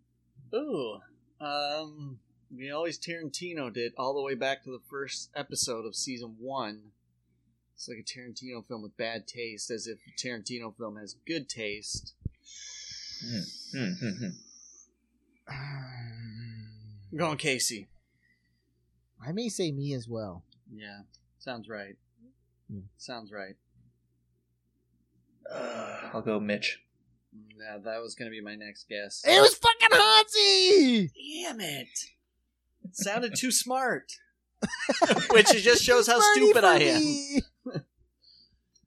S3: Ooh, um, we always Tarantino did all the way back to the first episode of season one. It's like a Tarantino film with bad taste, as if a Tarantino film has good taste.
S4: Hmm, hmm, hmm.
S3: I'm going Casey.
S5: I may say me as well.
S3: Yeah, sounds right.
S5: Yeah.
S3: Sounds right.
S4: Uh, I'll go Mitch.
S3: Yeah, that was gonna be my next guess.
S5: It was fucking Hansi.
S3: Damn it! It sounded too smart, which it just shows how stupid I am.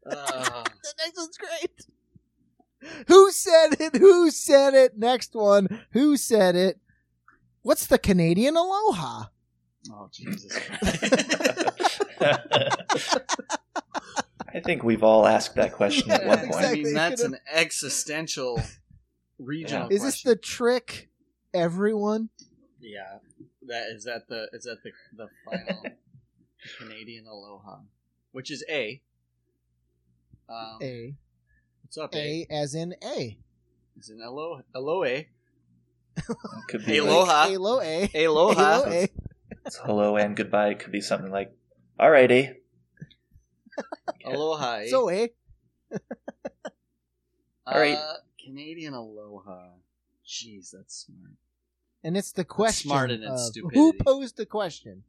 S3: Uh,
S5: The next one's great. Who said it? Who said it? Next one. Who said it? What's the Canadian aloha?
S3: oh Jesus!
S4: I think we've all asked that question at one
S5: Yeah,
S4: point.
S3: I
S5: exactly.
S3: mean, that's an existential regional.
S5: Is this
S3: question.
S5: the trick? Everyone.
S3: Yeah, that is that the is that the the final Canadian aloha, which is a. Um,
S5: A
S3: What's up, A?
S5: A as in A.
S3: It's an aloha. Aloha.
S4: It could be like,
S3: Aloha.
S5: Alo A.
S3: Aloha.
S5: Alo A.
S4: it's hello and goodbye. It could be something like, alrighty.
S3: Aloha. eh?
S5: So A.
S3: uh,
S4: alright.
S3: Canadian aloha. Jeez, that's smart.
S5: And it's the question.
S3: smart in its
S5: of Who
S3: stupidity.
S5: posed the question?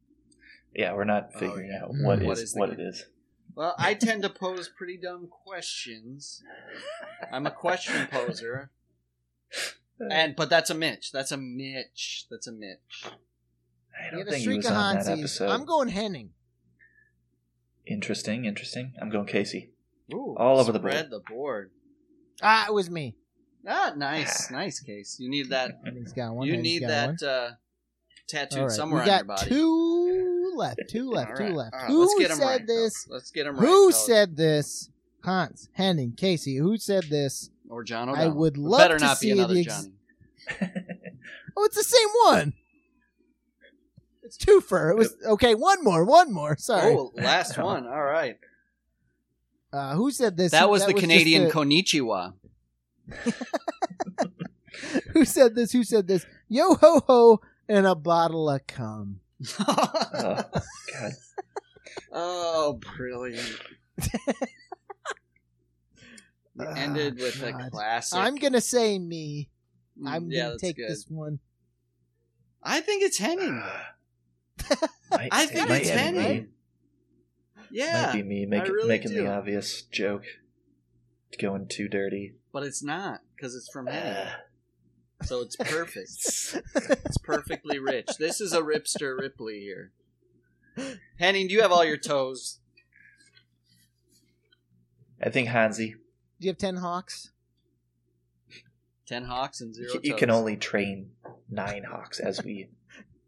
S4: Yeah, we're not
S3: Oh,
S4: figuring
S3: yeah.
S4: out
S5: Mm.
S4: what is
S3: What
S4: what,
S3: is the
S4: it is.
S3: Well, I tend to pose pretty dumb questions. I'm a question poser. And but that's a Mitch. That's a Mitch. That's a Mitch.
S4: I
S5: We
S4: don't
S5: had a
S4: think he
S5: streak
S4: was
S5: of
S4: on that
S5: Hansis.
S4: episode.
S5: I'm going Henning.
S4: interesting, interesting. I'm going Casey.
S3: Ooh,
S4: All over the
S3: spread the board.
S5: Ah, it was me.
S3: Ah, nice, nice case. You need that.
S4: Mm-hmm.
S5: Henning's got one.
S3: you
S5: Henning's
S3: need
S5: got one.
S3: that uh, tattooed
S5: All right,
S3: somewhere
S5: we
S3: on
S5: got
S3: your body.
S5: Two left. Two left.
S3: All
S5: Two
S3: right,
S5: left.
S4: Uh,
S3: all right,
S5: Who
S3: let's get 'em
S5: said
S3: right, fellas.
S5: this?
S3: Let's get them right.
S5: Who
S3: fellas.
S5: said this? Hans, Henning, Casey. Who said this?
S3: Or John O'Donnell.
S5: would
S3: It
S5: love
S3: better
S5: to
S3: not
S5: see
S3: be another
S5: the ex-
S3: Johnny.
S5: Oh, it's the same one. It's two for it was okay. One more. One more. Sorry.
S3: Oh, last one. All right.
S5: Uh, who said this?
S3: That was the
S5: just
S3: Canadian
S5: a-
S3: Konichiwa.
S5: who said this? Who said this? Yo ho ho and a bottle of cum.
S4: Oh, God.
S3: oh, brilliant. We
S5: Ah,
S3: ended with a
S5: God.
S3: classic.
S5: I'm gonna say me.
S3: Mm,
S5: I'm
S3: yeah,
S5: gonna
S3: that's
S5: take
S3: good.
S5: this one.
S3: I think it's Henning.
S4: Might-
S3: I
S4: it
S3: think
S4: might
S3: it's
S4: be
S5: Henning,
S4: me.
S3: Henning.
S4: Might
S3: Yeah,
S4: be me making
S3: really
S4: making
S3: do.
S4: the obvious joke, going too dirty.
S3: but it's not because it's from Henning.
S4: Uh,
S3: So it's perfect. it's perfectly rich. This is a ripster Ripley here. Henning, do you have all your toes?
S4: I think Hansi.
S5: Do you have ten hawks?
S3: Ten hawks and zero.
S4: You
S3: toes.
S4: can only train nine hawks, as we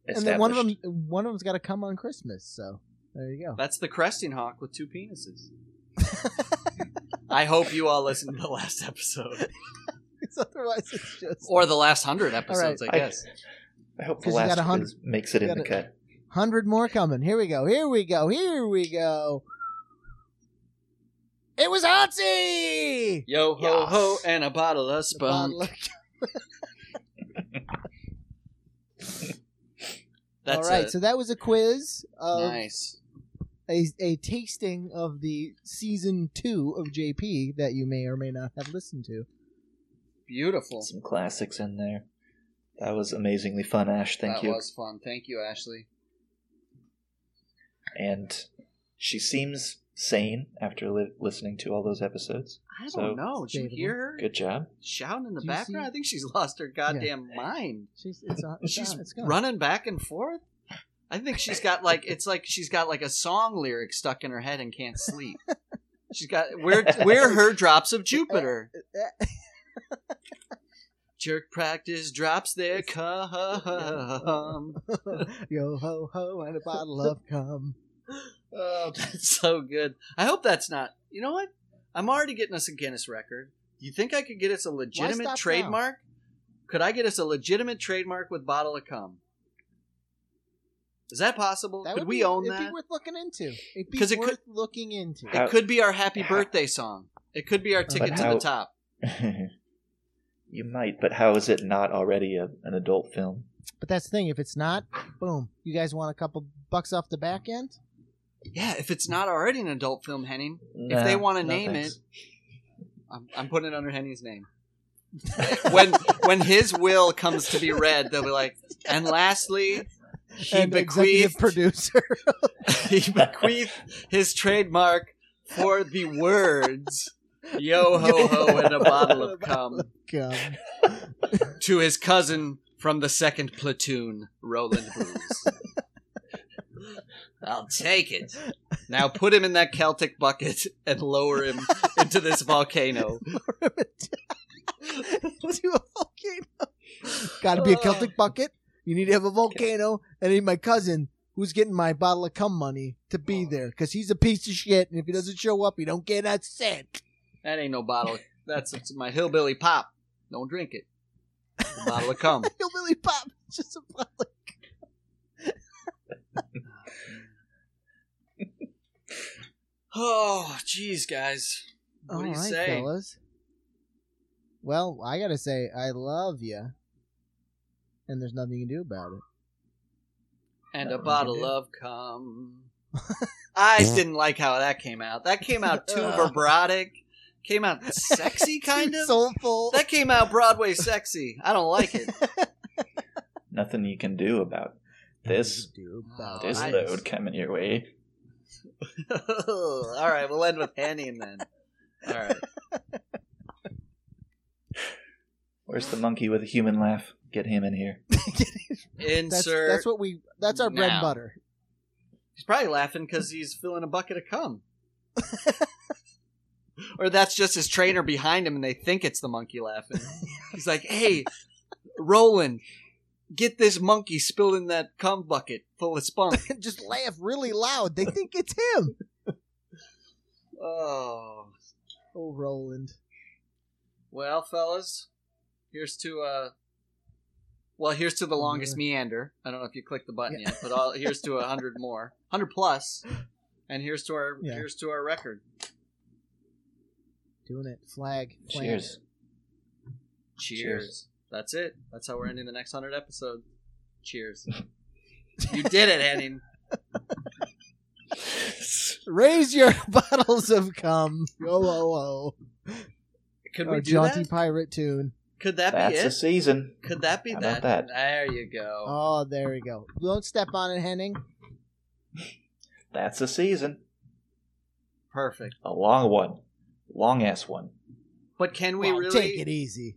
S5: and then one of them
S4: established.
S5: one of them's got to come on Christmas. So there you go.
S3: That's the cresting hawk with two penises. I hope you all listened to the last episode.
S5: 'Cause otherwise, it's just
S3: Or the last hundred episodes,
S4: right.
S3: I guess.
S4: I hope the
S5: 'cause you got
S4: last
S5: a
S4: one
S5: hundred-
S4: is, makes it
S5: you
S4: in the
S5: got
S4: cut.
S5: hundred more coming. Here we go. Here we go. Here we go. It was Hotsy.
S3: Yo ho
S4: Yes.
S3: ho and a bottle of spunk. That's
S5: All right,
S3: it.
S5: so that was a quiz of
S3: nice.
S5: a, a tasting of the season two of JP that you may or may not have listened to.
S3: Beautiful.
S4: Some classics in there. That was amazingly fun, Ash. Thank
S3: that
S4: you.
S3: was fun. Thank you, Ashley.
S4: And she seems sane after li- listening to all those episodes.
S3: I don't
S4: So-
S3: know. Did you
S5: Debatable.
S3: hear her
S4: Good job.
S3: shouting in the
S5: Do you
S3: background?
S5: see-
S3: I think she's lost her goddamn mind.
S5: She's it's on, it's
S3: She's
S5: on, it's gone.
S3: running back and forth. I think she's got like it's like she's got like a song lyric stuck in her head and can't sleep. She's got we're we're her drops of Jupiter. Jerk practice drops their cum.
S5: Yo ho ho and a bottle of cum.
S3: Oh, that's so good. I hope that's not. You know what? I'm already getting us a Guinness record. Do you think I could get us a legitimate
S5: stop
S3: trademark? Could I get us a legitimate trademark with bottle of cum? Is that possible?
S5: That
S3: could
S5: would
S3: we
S5: be,
S3: own
S5: it'd
S3: that?
S5: be worth looking into. It'd be
S3: 'Cause it
S5: worth
S3: could-
S5: looking into.
S4: How-
S3: It could be our happy
S4: How-
S3: birthday song. It could be our ticket to
S4: how-
S3: the top.
S4: you might, but how is it not already a, an adult film?
S5: But that's the thing. If it's not, boom. You guys want a couple bucks off the back end?
S3: Yeah, if it's not already an adult film, Henning,
S4: Nah,
S3: they wanna
S4: no
S3: name
S4: thanks.
S3: I'm, I'm putting it under Henny's name. when when his will comes to be read, they'll be like, and lastly, he
S5: and executive
S3: bequeathed
S5: producer.
S3: he bequeathed his trademark for the words yo ho ho and a bottle of cum
S5: cum.
S3: to his cousin from the second platoon, Roland Booze. I'll take it. Now put him in that Celtic bucket and lower him into this volcano.
S5: to a volcano. Got to be a Celtic bucket. You need to have a volcano, and I need my cousin who's getting my bottle of cum money to be there because he's a piece of shit, and if he doesn't show up, he don't get a cent.
S3: That ain't no bottle. That's it's my hillbilly pop. Don't drink it. It's a bottle of cum.
S5: He'll really pop. It's just a bottle. of-
S3: Oh, jeez, guys. What
S5: All
S3: do you
S5: right,
S3: say?
S5: fellas. Well, I gotta say, I love you, and there's nothing you can do about it.
S3: and
S4: That
S3: a
S4: one
S3: bottle
S4: you did.
S3: of cum. I didn't like how that came out. That came out too vibratic. Came out sexy, kind
S5: Too
S3: of.
S5: soulful.
S3: That came out Broadway sexy. I don't like it.
S4: Nothing you can do about this.
S5: Do about
S4: This
S3: I-
S4: load coming your way.
S3: All right, we'll end with Henning then. All right.
S4: Where's the monkey with a human laugh? Get him in here.
S5: That's,
S3: Insert.
S5: that's what we. That's our bread
S3: Now.
S5: and butter.
S3: He's probably laughing because he's filling a bucket of cum. or that's just his trainer behind him and they think it's the monkey laughing. He's like, hey, Roland, get this monkey spilling that cum bucket full of spunk.
S5: just laugh really loud. They think it's him.
S3: Oh.
S5: Oh, Roland.
S3: Well, fellas, here's to, uh, well, here's to the longest meander. I don't know if you clicked the button yet, but all, here's to a hundred more, hundred plus, and here's to our
S5: Yeah.
S3: here's to our record.
S5: Doing it. Flag. plant.
S4: Cheers.
S3: Cheers.
S4: Cheers.
S3: That's it. That's how we're ending the next 100 episode. Cheers. you did it, Henning.
S5: Raise your bottles of cum. Oh, oh,
S3: Could
S5: oh. Our
S3: we do
S5: jaunty
S3: that?
S5: pirate tune.
S3: Could that be
S4: That's the
S3: it?
S4: season.
S3: Could that be
S4: How
S3: that?
S4: about that?
S3: There you go.
S5: Oh, there we go. Don't step on it, Henning.
S4: That's the season.
S3: Perfect.
S4: A long one. Long ass one.
S3: But can we
S5: Wow,
S3: really?
S5: take it easy.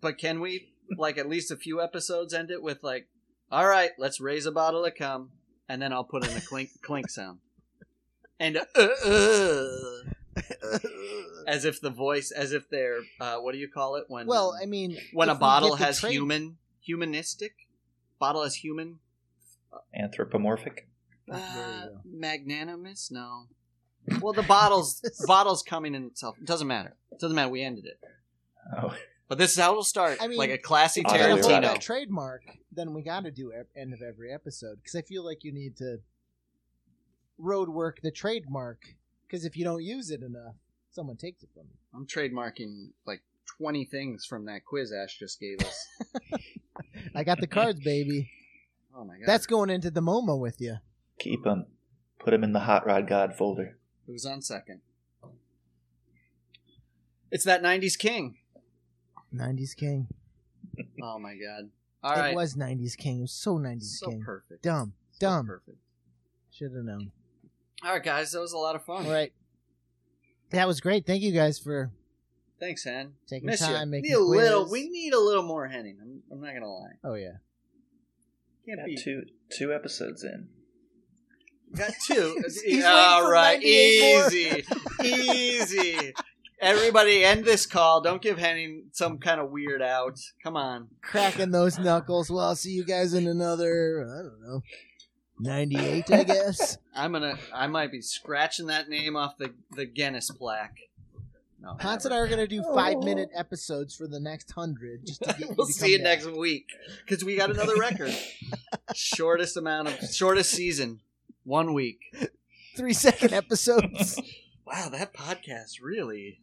S3: But can we, like, at least a few episodes end it with like, all right, let's raise a bottle of cum, and then I'll put in a clink clink sound, and uh, uh, as if the voice, as if they're, uh, what do you call it when?
S5: well,
S3: um,
S5: I mean,
S3: when a
S5: if we
S3: bottle
S5: get the
S3: has
S5: trade-
S3: human humanistic bottle has human
S4: Anthropomorphic.
S3: Uh,
S5: There you go.
S3: magnanimous? No. Well, the bottle's the bottle's coming in itself. It doesn't matter. It doesn't matter. We ended it.
S4: Oh,
S3: But this is how it'll start.
S5: I mean,
S3: like a classy
S5: If we're gonna hold
S3: Tarantino.
S5: that trademark, then we got to do e- end of every episode because I feel like you need to road work the trademark because if you don't use it enough, someone takes it from you.
S3: I'm trademarking like 20 things from that quiz Ash just gave us.
S5: I got the cards, baby.
S3: Oh my god.
S5: That's going into the MoMA with you.
S4: keep them. Put them in the Hot Rod God folder.
S3: it was on second. It's that 90s king.
S5: 90s King.
S3: Oh my god. All
S5: it
S3: right.
S5: was 90s King. It was so 90s
S3: so
S5: King.
S3: perfect.
S5: Dumb.
S3: So
S5: Dumb.
S3: perfect.
S5: Should have known.
S3: All right, guys. That was a lot of fun.
S5: All right. That was great. Thank you guys for.
S3: Thanks, Hen.
S5: Taking
S3: Miss you.
S5: time, making
S3: need a little.
S5: quiz.
S3: We need a little more Henning. I'm, I'm not gonna lie.
S5: Oh, yeah.
S3: Can't
S4: Got
S3: be
S4: two two episodes in.
S3: Got two.
S5: waiting
S3: All
S5: for
S3: right,
S5: 98 more.
S3: easy, easy. Everybody, end this call. Don't give Henning some kind of weird out. Come on.
S5: Cracking those knuckles. Well, I'll see you guys in another, I don't know, 98, I guess.
S3: I'm gonna. I might be scratching that name off the the Guinness plaque. No,
S5: Hans and I
S3: never.
S5: are going to do five minute episodes for the next hundred. Just to get you
S3: Oh. We'll
S5: to
S3: see you
S5: come back.
S3: next week because we got another record. shortest amount of shortest season, one week.
S5: three second episodes.
S3: Wow, that podcast really,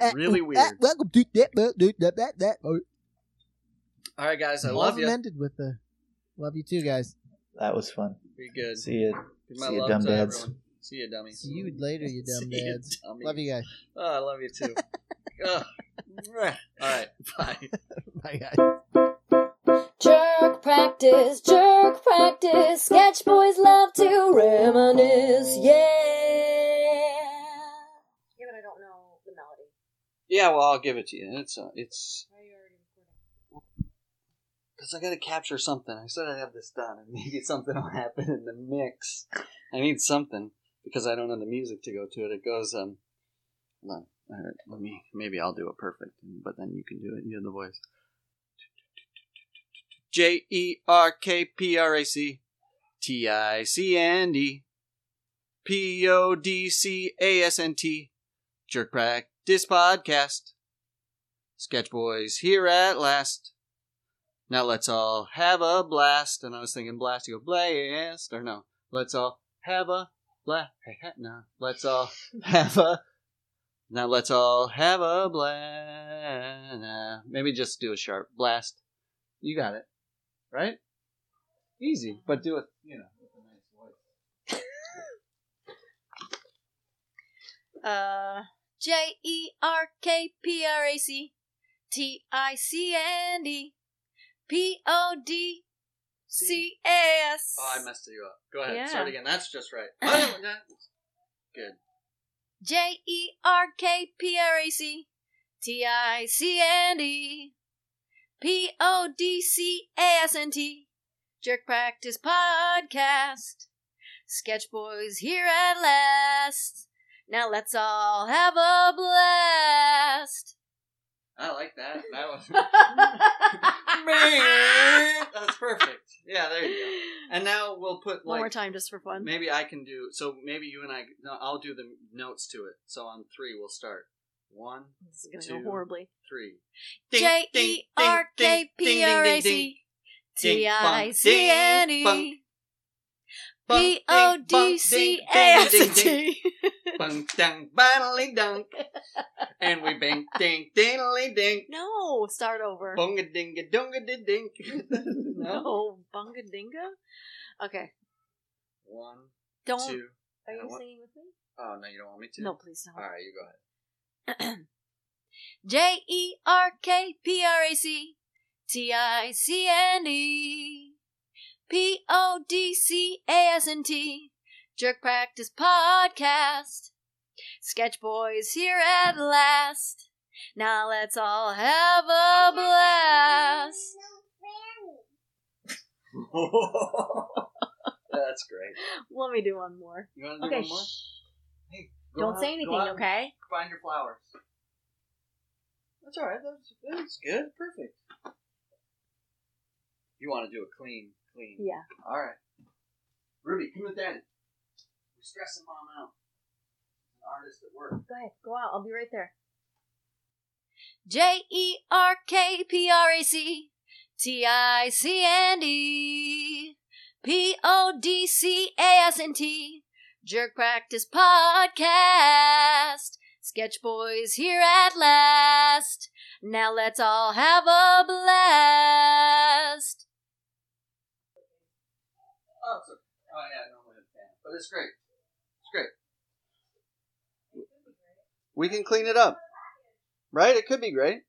S5: Uh,
S3: really
S5: uh,
S3: weird.
S5: Welcome to that, that, that, that, that. Oh,
S3: All right, guys, I
S5: all
S3: love
S5: of
S3: you.
S5: them ended with the love you too, guys.
S4: That was fun.
S3: Be good.
S4: See you.
S3: Give my
S4: see you,
S3: love
S4: dumb
S3: to
S4: dads.
S3: everyone. See you, dummies.
S5: See you later, you dumb
S3: See you,
S5: dads.
S3: dummy.
S5: Love you guys.
S3: Oh, I love you too. Ugh. All right. Bye.
S5: Bye guys.
S1: Jerk practice, jerk practice. Sketch boys love to reminisce. Yeah. Yeah, but I don't know the melody.
S3: Yeah, well, I'll give it to you. It's uh, it's
S1: Why are you already recording?
S3: because I got to capture something. I said I'd have this done, and maybe something will happen in the mix. I need something because I don't know the music to go to it. It goes um, hold on. All right, let me. Maybe I'll do it perfect, but then you can do it. You have the voice. J e r k p r a c t i c n d p o d c a s n t Jerk Practice Podcast. Sketch Boys here at last. Now let's all have a blast. And I was thinking blast, you go blast, or no. Let's all have a blast. No, let's all have a. Now let's all have a blast. Nah, maybe just do a sharp blast. You got it, right? Easy, but do it, you know, with a nice voice.
S1: Uh, J E R K P R A C T I C N D P O D C A S.
S3: Oh, I messed you up. Go ahead,
S1: Yeah.
S3: start again. That's just right. Oh, Good.
S1: J E R K P R A C T I C N E P O D C A S N T Jerk Practice Podcast. Sketch Boys here at last. Now let's all have a blast.
S3: I like that. That was That's perfect. Yeah, there you go. And now we'll put
S1: One more
S3: like
S1: time just for fun.
S3: maybe I can do so. Maybe you and I. No, I'll do the notes to it. So on three, we'll start one,
S1: This is going to
S3: Two.
S1: go horribly.
S3: three.
S1: J E R K P E R A C T I C N E P O D C A S E. T.
S3: Bung dang bodily dunk, and we bang ding diddly dink.
S1: No, start over.
S3: Bunga dinga dunga did dink. No.
S1: No, bunga dinga. Okay,
S3: One,
S1: don't.
S3: two.
S1: Are you
S3: I want-
S1: singing with me?
S3: Oh no, you don't want me to.
S1: No, please don't.
S3: All right, you go ahead.
S1: J E R K P R A C T I C N E P O D C A S N T Jerk Practice Podcast. Sketch Boys here at last. Now let's all have a blast.
S3: That's great.
S1: Let me do one more.
S3: You want to do
S1: Okay,
S3: one more?
S1: shh.
S3: Hey, go
S1: don't
S3: out-
S1: say
S3: go
S1: anything,
S3: out and
S1: okay?
S3: Find your flowers. That's all right. That's that's good. Perfect. You want to do a clean, clean.
S1: Yeah.
S3: All right. Ruby, come with daddy. We're stressing mom out. An artist at work.
S1: Go ahead, go out. I'll be right there. J E R K P R A C T I C N D P O D C A S N T Jerk Practice Podcast. Sketch Boys here at last. Now let's all have a blast.
S3: Oh, it's okay. Oh, yeah, normally I'm fan. But it's great. It's great. We can clean it up. Right? It could be great.